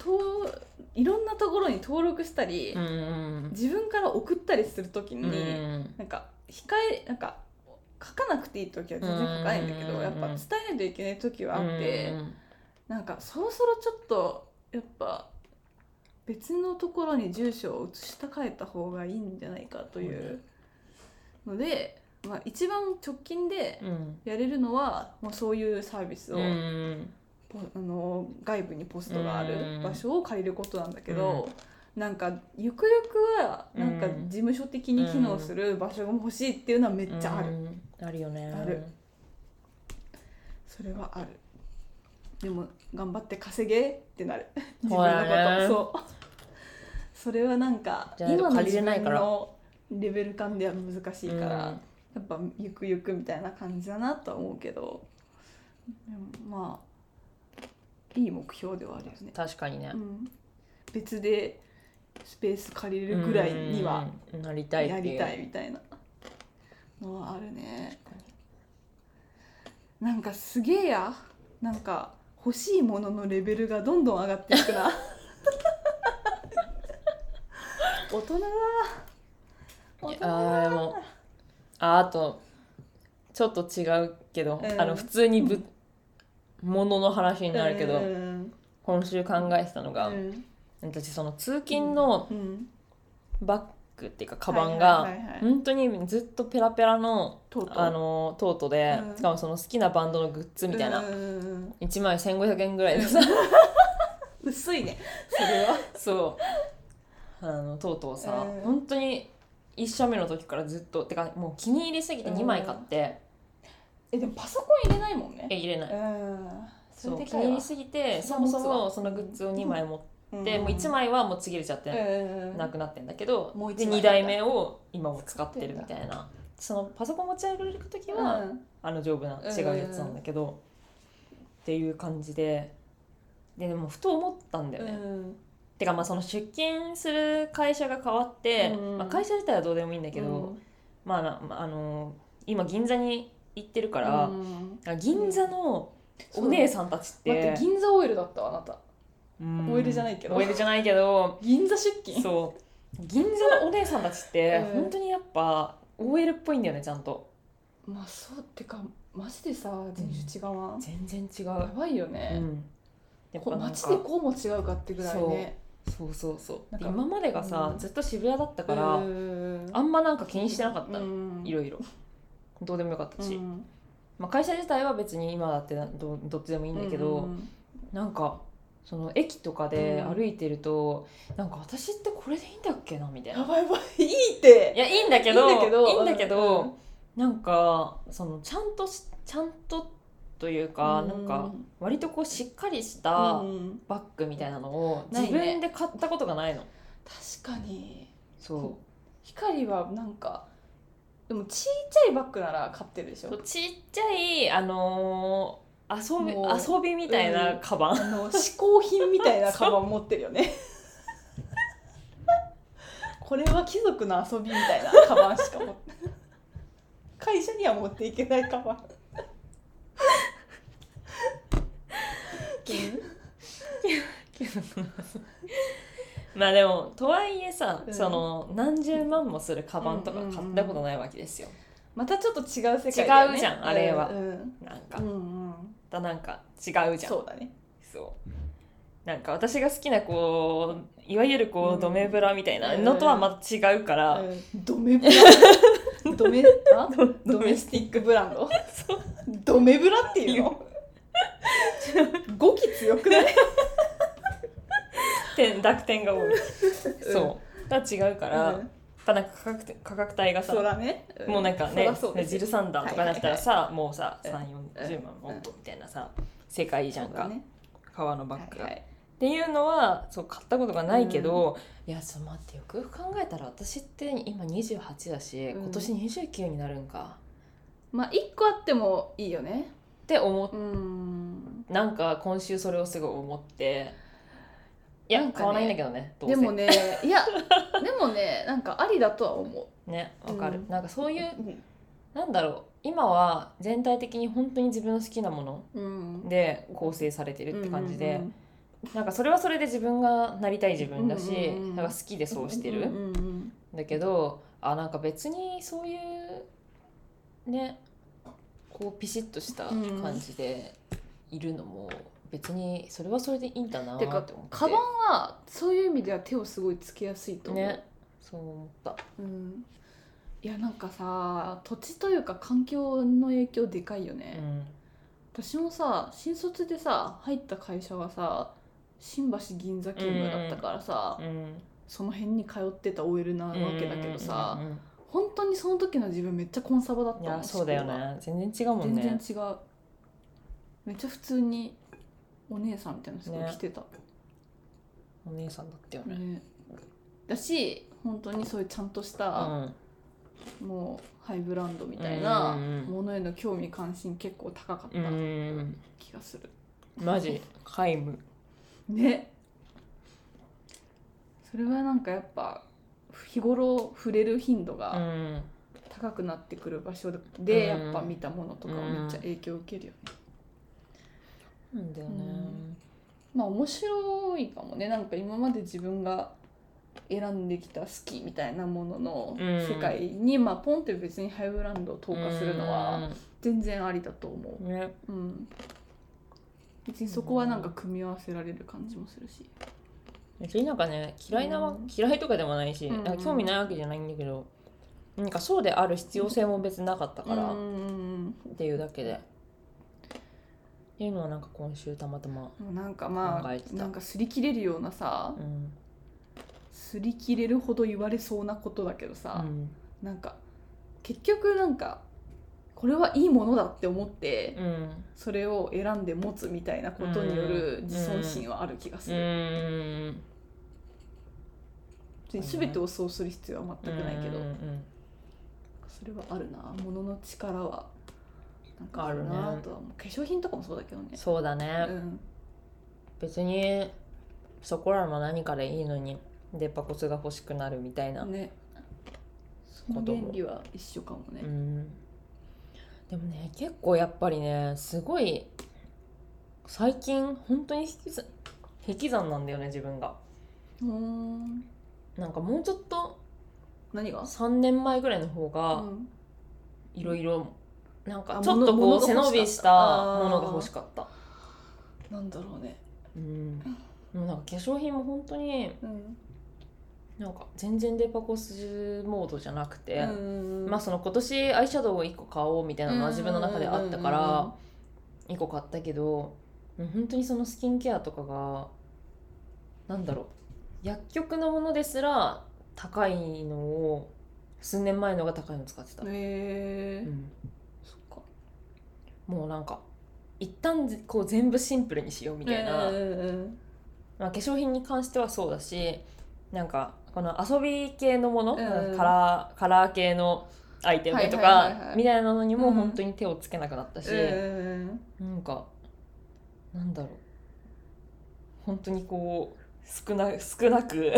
といろんなところに登録したり、うんうん自分から送ったりするときに、うんうんなんか控えなんか書かなくていい時は全然書かないんだけど、うんやっぱ伝えないといけない時はあって、うんなんかそろそろちょっとやっぱ別のところに住所を移した変えた方がいいんじゃないかというので、まあ、一番直近でうんやれるのはもうそういうサービスを、うんポあの外部にポストがあうるん場所を借りることなんだけど、なんかゆくゆくはなんかうん事務所的に機能する場所が欲しいっていうのはめっちゃある、うんあるよねあるそれはあるでも頑張って稼げってなる自分のそうだことねそうそれはなんかじゃないと今の借り自れない分からのレベル感では難しいから、うんやっぱゆくゆくみたいな感じだなとは思うけどでもまあいい目標ではあるよね、確かにねうん、別でスペース借りれるぐらいにはうんなりたいってやうりたいみたいなのはあるねなんかすげえやなんか欲しいもののレベルがどんどん上がっていくな大人だ大人だあーでもああとちょっと違うけど、うんあの普通にぶ、ものの話になるけど、うん今週考えてたのが、うん私その通勤のうんバッグっていうかカバンが、はいはいはいはい本当にずっとペラペラのとうとうあのトートで、うんしかもその好きなバンドのグッズみたいな、うんうんうん1枚1500円ぐらいでさ、薄いねそれはそうあのとうとうさ、うん本当に1社目の時からずっとてかもう気に入りすぎて2枚買って、えでもパソコン入れないもんねえ入れないうんそそうれで気かにい入わりすぎてそそれはも持つわそもそのグッズを2枚持って、もう1枚はもうちぎれちゃっうてんなくなってんだけど、もう一で枚2台目を今も使ってるみたいなそのパソコン持ち歩く時は、うんあの丈夫な違うやつなんだけど、っていう感じでででもふと思ったんだよね。うんてかまあその出勤する会社が変わって、うんまあ、会社自体はどうでもいいんだけど、まあなまああの今銀座に行ってるかか、らあ銀座のお姉さんたちって,、待って銀座オイルだったわあなたうん、 OL じゃないけど OL じゃない (laughs) けど銀座出勤そう銀座のお姉さんたちってうん本当にやっぱ OL っぽいんだよねちゃんとまあそうってかマジでさ人種違うわ、全然違やう、ばいようね、ん、やっこぱなんか街でこうも違うかってぐらいねそうそうそうなんでか今までがさ、うんずっと渋谷だったから、あんんまなんか気にしてなかった、うんいろいろどうでもよかったし、うんまあ、会社自体は別に今だってなどどっちでもいいんだけど、うんなんかその駅とかでうん歩いてると、なんか私ってこれでいいんだっけなみたいやな。ばいやばいいいって (laughs) いやいいんだけどいいんだけどいいんだけうどんなんかそのちゃんとしちゃんとというか、なんか割とこうしっかりしたあバッグみたいなのをないね自分で買ったことがないの。確かにそ光はなんかでもちいちゃいバッグなら買ってるでしうょちっちゃいあのー遊びもう遊びみたいなカバン、あの嗜好品みたいなカバン持ってるよね (laughs) これは貴族の遊びみたいなカバンしか持って会社には持っていけないカバン (laughs) まあでもとはいえさ、うんその何十万もするカバンとか買ったことないわけですよ、 (laughs) またちょっと違う世界だよね違うじゃんあれはうんなんか、うんまうんたなんか違うじゃんそうだねそうなんか私が好きなこういわゆるこうんうドメブラみたいなのとはまた違うから、うんドメブラドメあドメスティックブランドドメブラっていうの語気強くない点濁点が多い、そうだから違うから、やっぱなんか価格価格帯がさそうだねもうなんかそねらそうですジル・サンダーとかだったらさ、もうさ3うん4 0万もっとみたいなさ世界じゃんそうだか、ね革のバッグが、はいはっいていうのはそう買ったことがないけど、いやちょっと待ってよくよく考えたら私って今28だし、うん今年29になるんかまあ一個あってもいいよねって思っうんなんか今週それをすごい思っていや、なんかね買わないんだけどねどうでせもねいやでもねなんかありだとは思うねわかる、うんなんかそういううんなんだろう今は全体的に本当に自分の好きなものうんで構成されてるって感じで、うんなんかそれはそれで自分がなりたい自分だし、うんうんうんなんか好きでそうしてる、うんうんうんんだけどあなんか別にそういうねこうピシッとした感じでいるのも別にそれはそれでいいんだなってて思っかてカバンはそういう意味では手をすごいつけやすいと思う、ねそう思ったうん、いやなんかさ土地というか環境の影響でかいようね、ん私もさ新卒でさ入った会社がさ新橋銀座勤務だったからさ、うんその辺に通ってた OL なわけだけどさ、うんうん本当にその時の自分めっちゃコンサバだっいたやのそうだよ思考がね全然違うもんね全然違うめっちゃ普通にお姉さんみたいな人がね来てた、お姉さんだったよね、ね、だし本当にそういうちゃんとしうた、んもうハイブランドみたいなうんうんうんものへの興味関心結構高かったうん気がする、(laughs) マジ皆無ねそれはなんかやっぱ日頃触れる頻度うがん高くなってくる場所でうんやっぱ見たものとかはめっちゃ影響を受けるよね、なんだよね、うんまあ面白いかもねなんか今まで自分が選んできた好きみたいなもののうん世界に、まあポンって別にハイブランドを投下するのは全然ありだと思うんねう、うん、別にそこはなんか組み合わせられる感じもするし、別になんかね嫌いなわ、うん嫌いとかでもないし、うんなんか興味ないわけじゃないんだけどなんかそうである必要性も別になかったうかんうら、っんていうだけでっていうのはなんか今週たまたま、うん、なんかま考えてあたなんか擦り切れるようなさうん擦り切れるほど言われそうなことだけどうさ、んなんか結局なんかこれはいいものだって思って、うんそれを選んで持つみたいなことによる自尊心はある気がすうる、ん別に全てをそうする必要は全くないけど、うんうんそれはあるな物の力はなんかあるなとは思う、化粧品とかもそうだけどねそうだね、うん別にそこらの何かでいいのにデパコスが欲しくなるみたいな、ねその原理は一緒かもねうんでもね結構やっぱりねすごい最近本当に引きず引き算なんだよね自分がうーんなんかもうちょっと何が3年前ぐらいの方うがんいろいろなんかあちょっとこ物物うが背欲しかった伸びしたものが欲しかったなんだろうねうんもうなんか化粧品も本当にうんなんか全然デパコスモードじゃなくて、うんまあその今年アイシャドウを1個買おうみたいなのは自分の中であうんったかうんうんら1個買ったけどもう本当にそのスキンケアとかがなんだろう薬局のものですら高いのを数年前のが高いの使ってた、へえうんそっかもうなんか一旦ぜこう全部シンプルにしようみたいな、うんうんまあ、化粧品に関してはそうだしなんかこの遊び系のもの、うんカラーカラー系のアイテムとはいはいはいかはいみたいなのにうもん本当に手をつけなくなったし、うんなんかなんだろう本当にこう少な少なく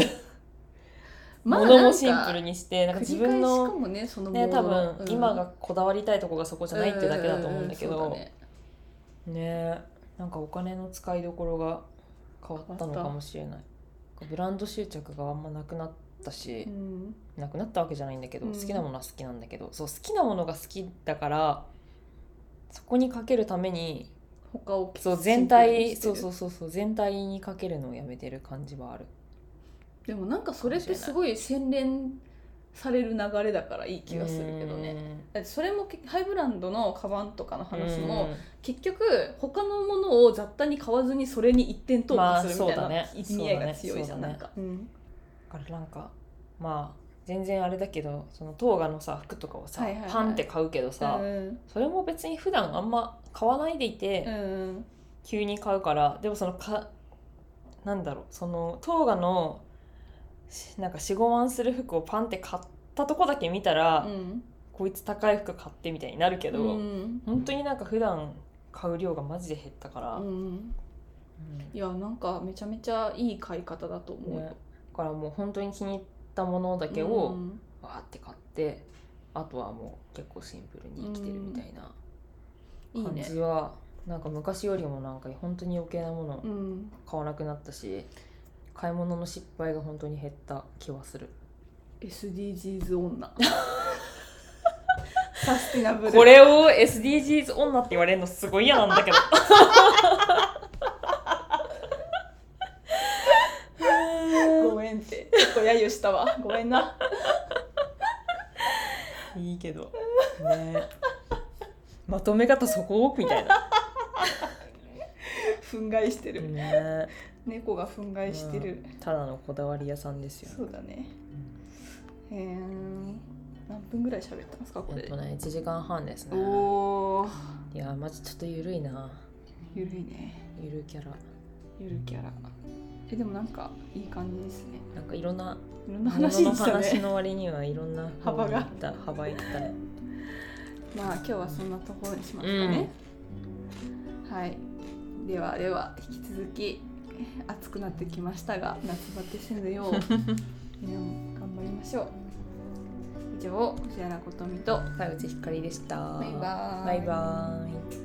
まあ物なんもかシンプルにしてなんか繰自り返分しかの、もねそのモね、ー多ド分の、うん今がこだわりたいとこがそこじゃないってだけだと思うんだけど、うううそうねねなんかお金の使いどころが変わったのかもしれないかブランド執着があんまなくなったし、なくなったわけじゃないんだけど、うん好きなものは好きなんだけどそう好きなものが好きだからそこにかけるために他をそう全体シンプルそうにしてるそうそうそう全体にかけるのをやめてる感じはあるでもなんかそれってすごい洗練される流れだからいい気がするけどねだってそれも結ハイブランドのカバンとかのうん話も結局他のものを雑多に買わずにそれに一点投まあ下するみたいそうだなね意味合いが強いじゃんそうなだねんかうんだからなんかまあ全然あれだけどそのトーガのさ服とかをさ、はいはいはいパンって買うけどさ、うんそれも別に普段あんま買わないでいて、うん急に買うからでもそのかなんだろうそのトーガのしなんか45万する服をパンって買ったとこだけ見たら、うんこいつ高い服買ってみたいになるけど、うん本当になんか普段買う量がマジで減ったから、ううんんいだやなんかめちゃめちゃいい買い方だと思うよねからもう本当に気に入ったものだけうをんわーって買って、あとはもう結構シンプルに生きてるみたいないい感ねじは、なんか昔よりもなんか本当に余計なもの、うん買わなくなったし買い物の失敗が本当に減った気はする SDGs 女サスティナブル (laughs) これを SDGs 女って言われるのすごい嫌なん (laughs) だけどごめんってちょっと揶揄したわごめんない (laughs) いけどねまとめ方そこみたいな憤慨してる、ね猫が憤慨してる、ただのこだわり屋さんですよそうだねへえ何分ぐらい喋ったんですかこえれっとね1時間半ですねおーいやマジちょっとゆるいなゆるいねゆるキャラゆるキャラえでもなんかいい感じですねなんかいろんないろんな話でのした話ねの割にはいろんな方向に行った幅いった (laughs) ねまあ今日はそんなところにしますかね、はいではでは引き続き暑くなってきましたが夏バテせぬよ (laughs) う皆も頑張りましょう以上藤原琴美と田口ひかりでしたバイバーイバイバーイ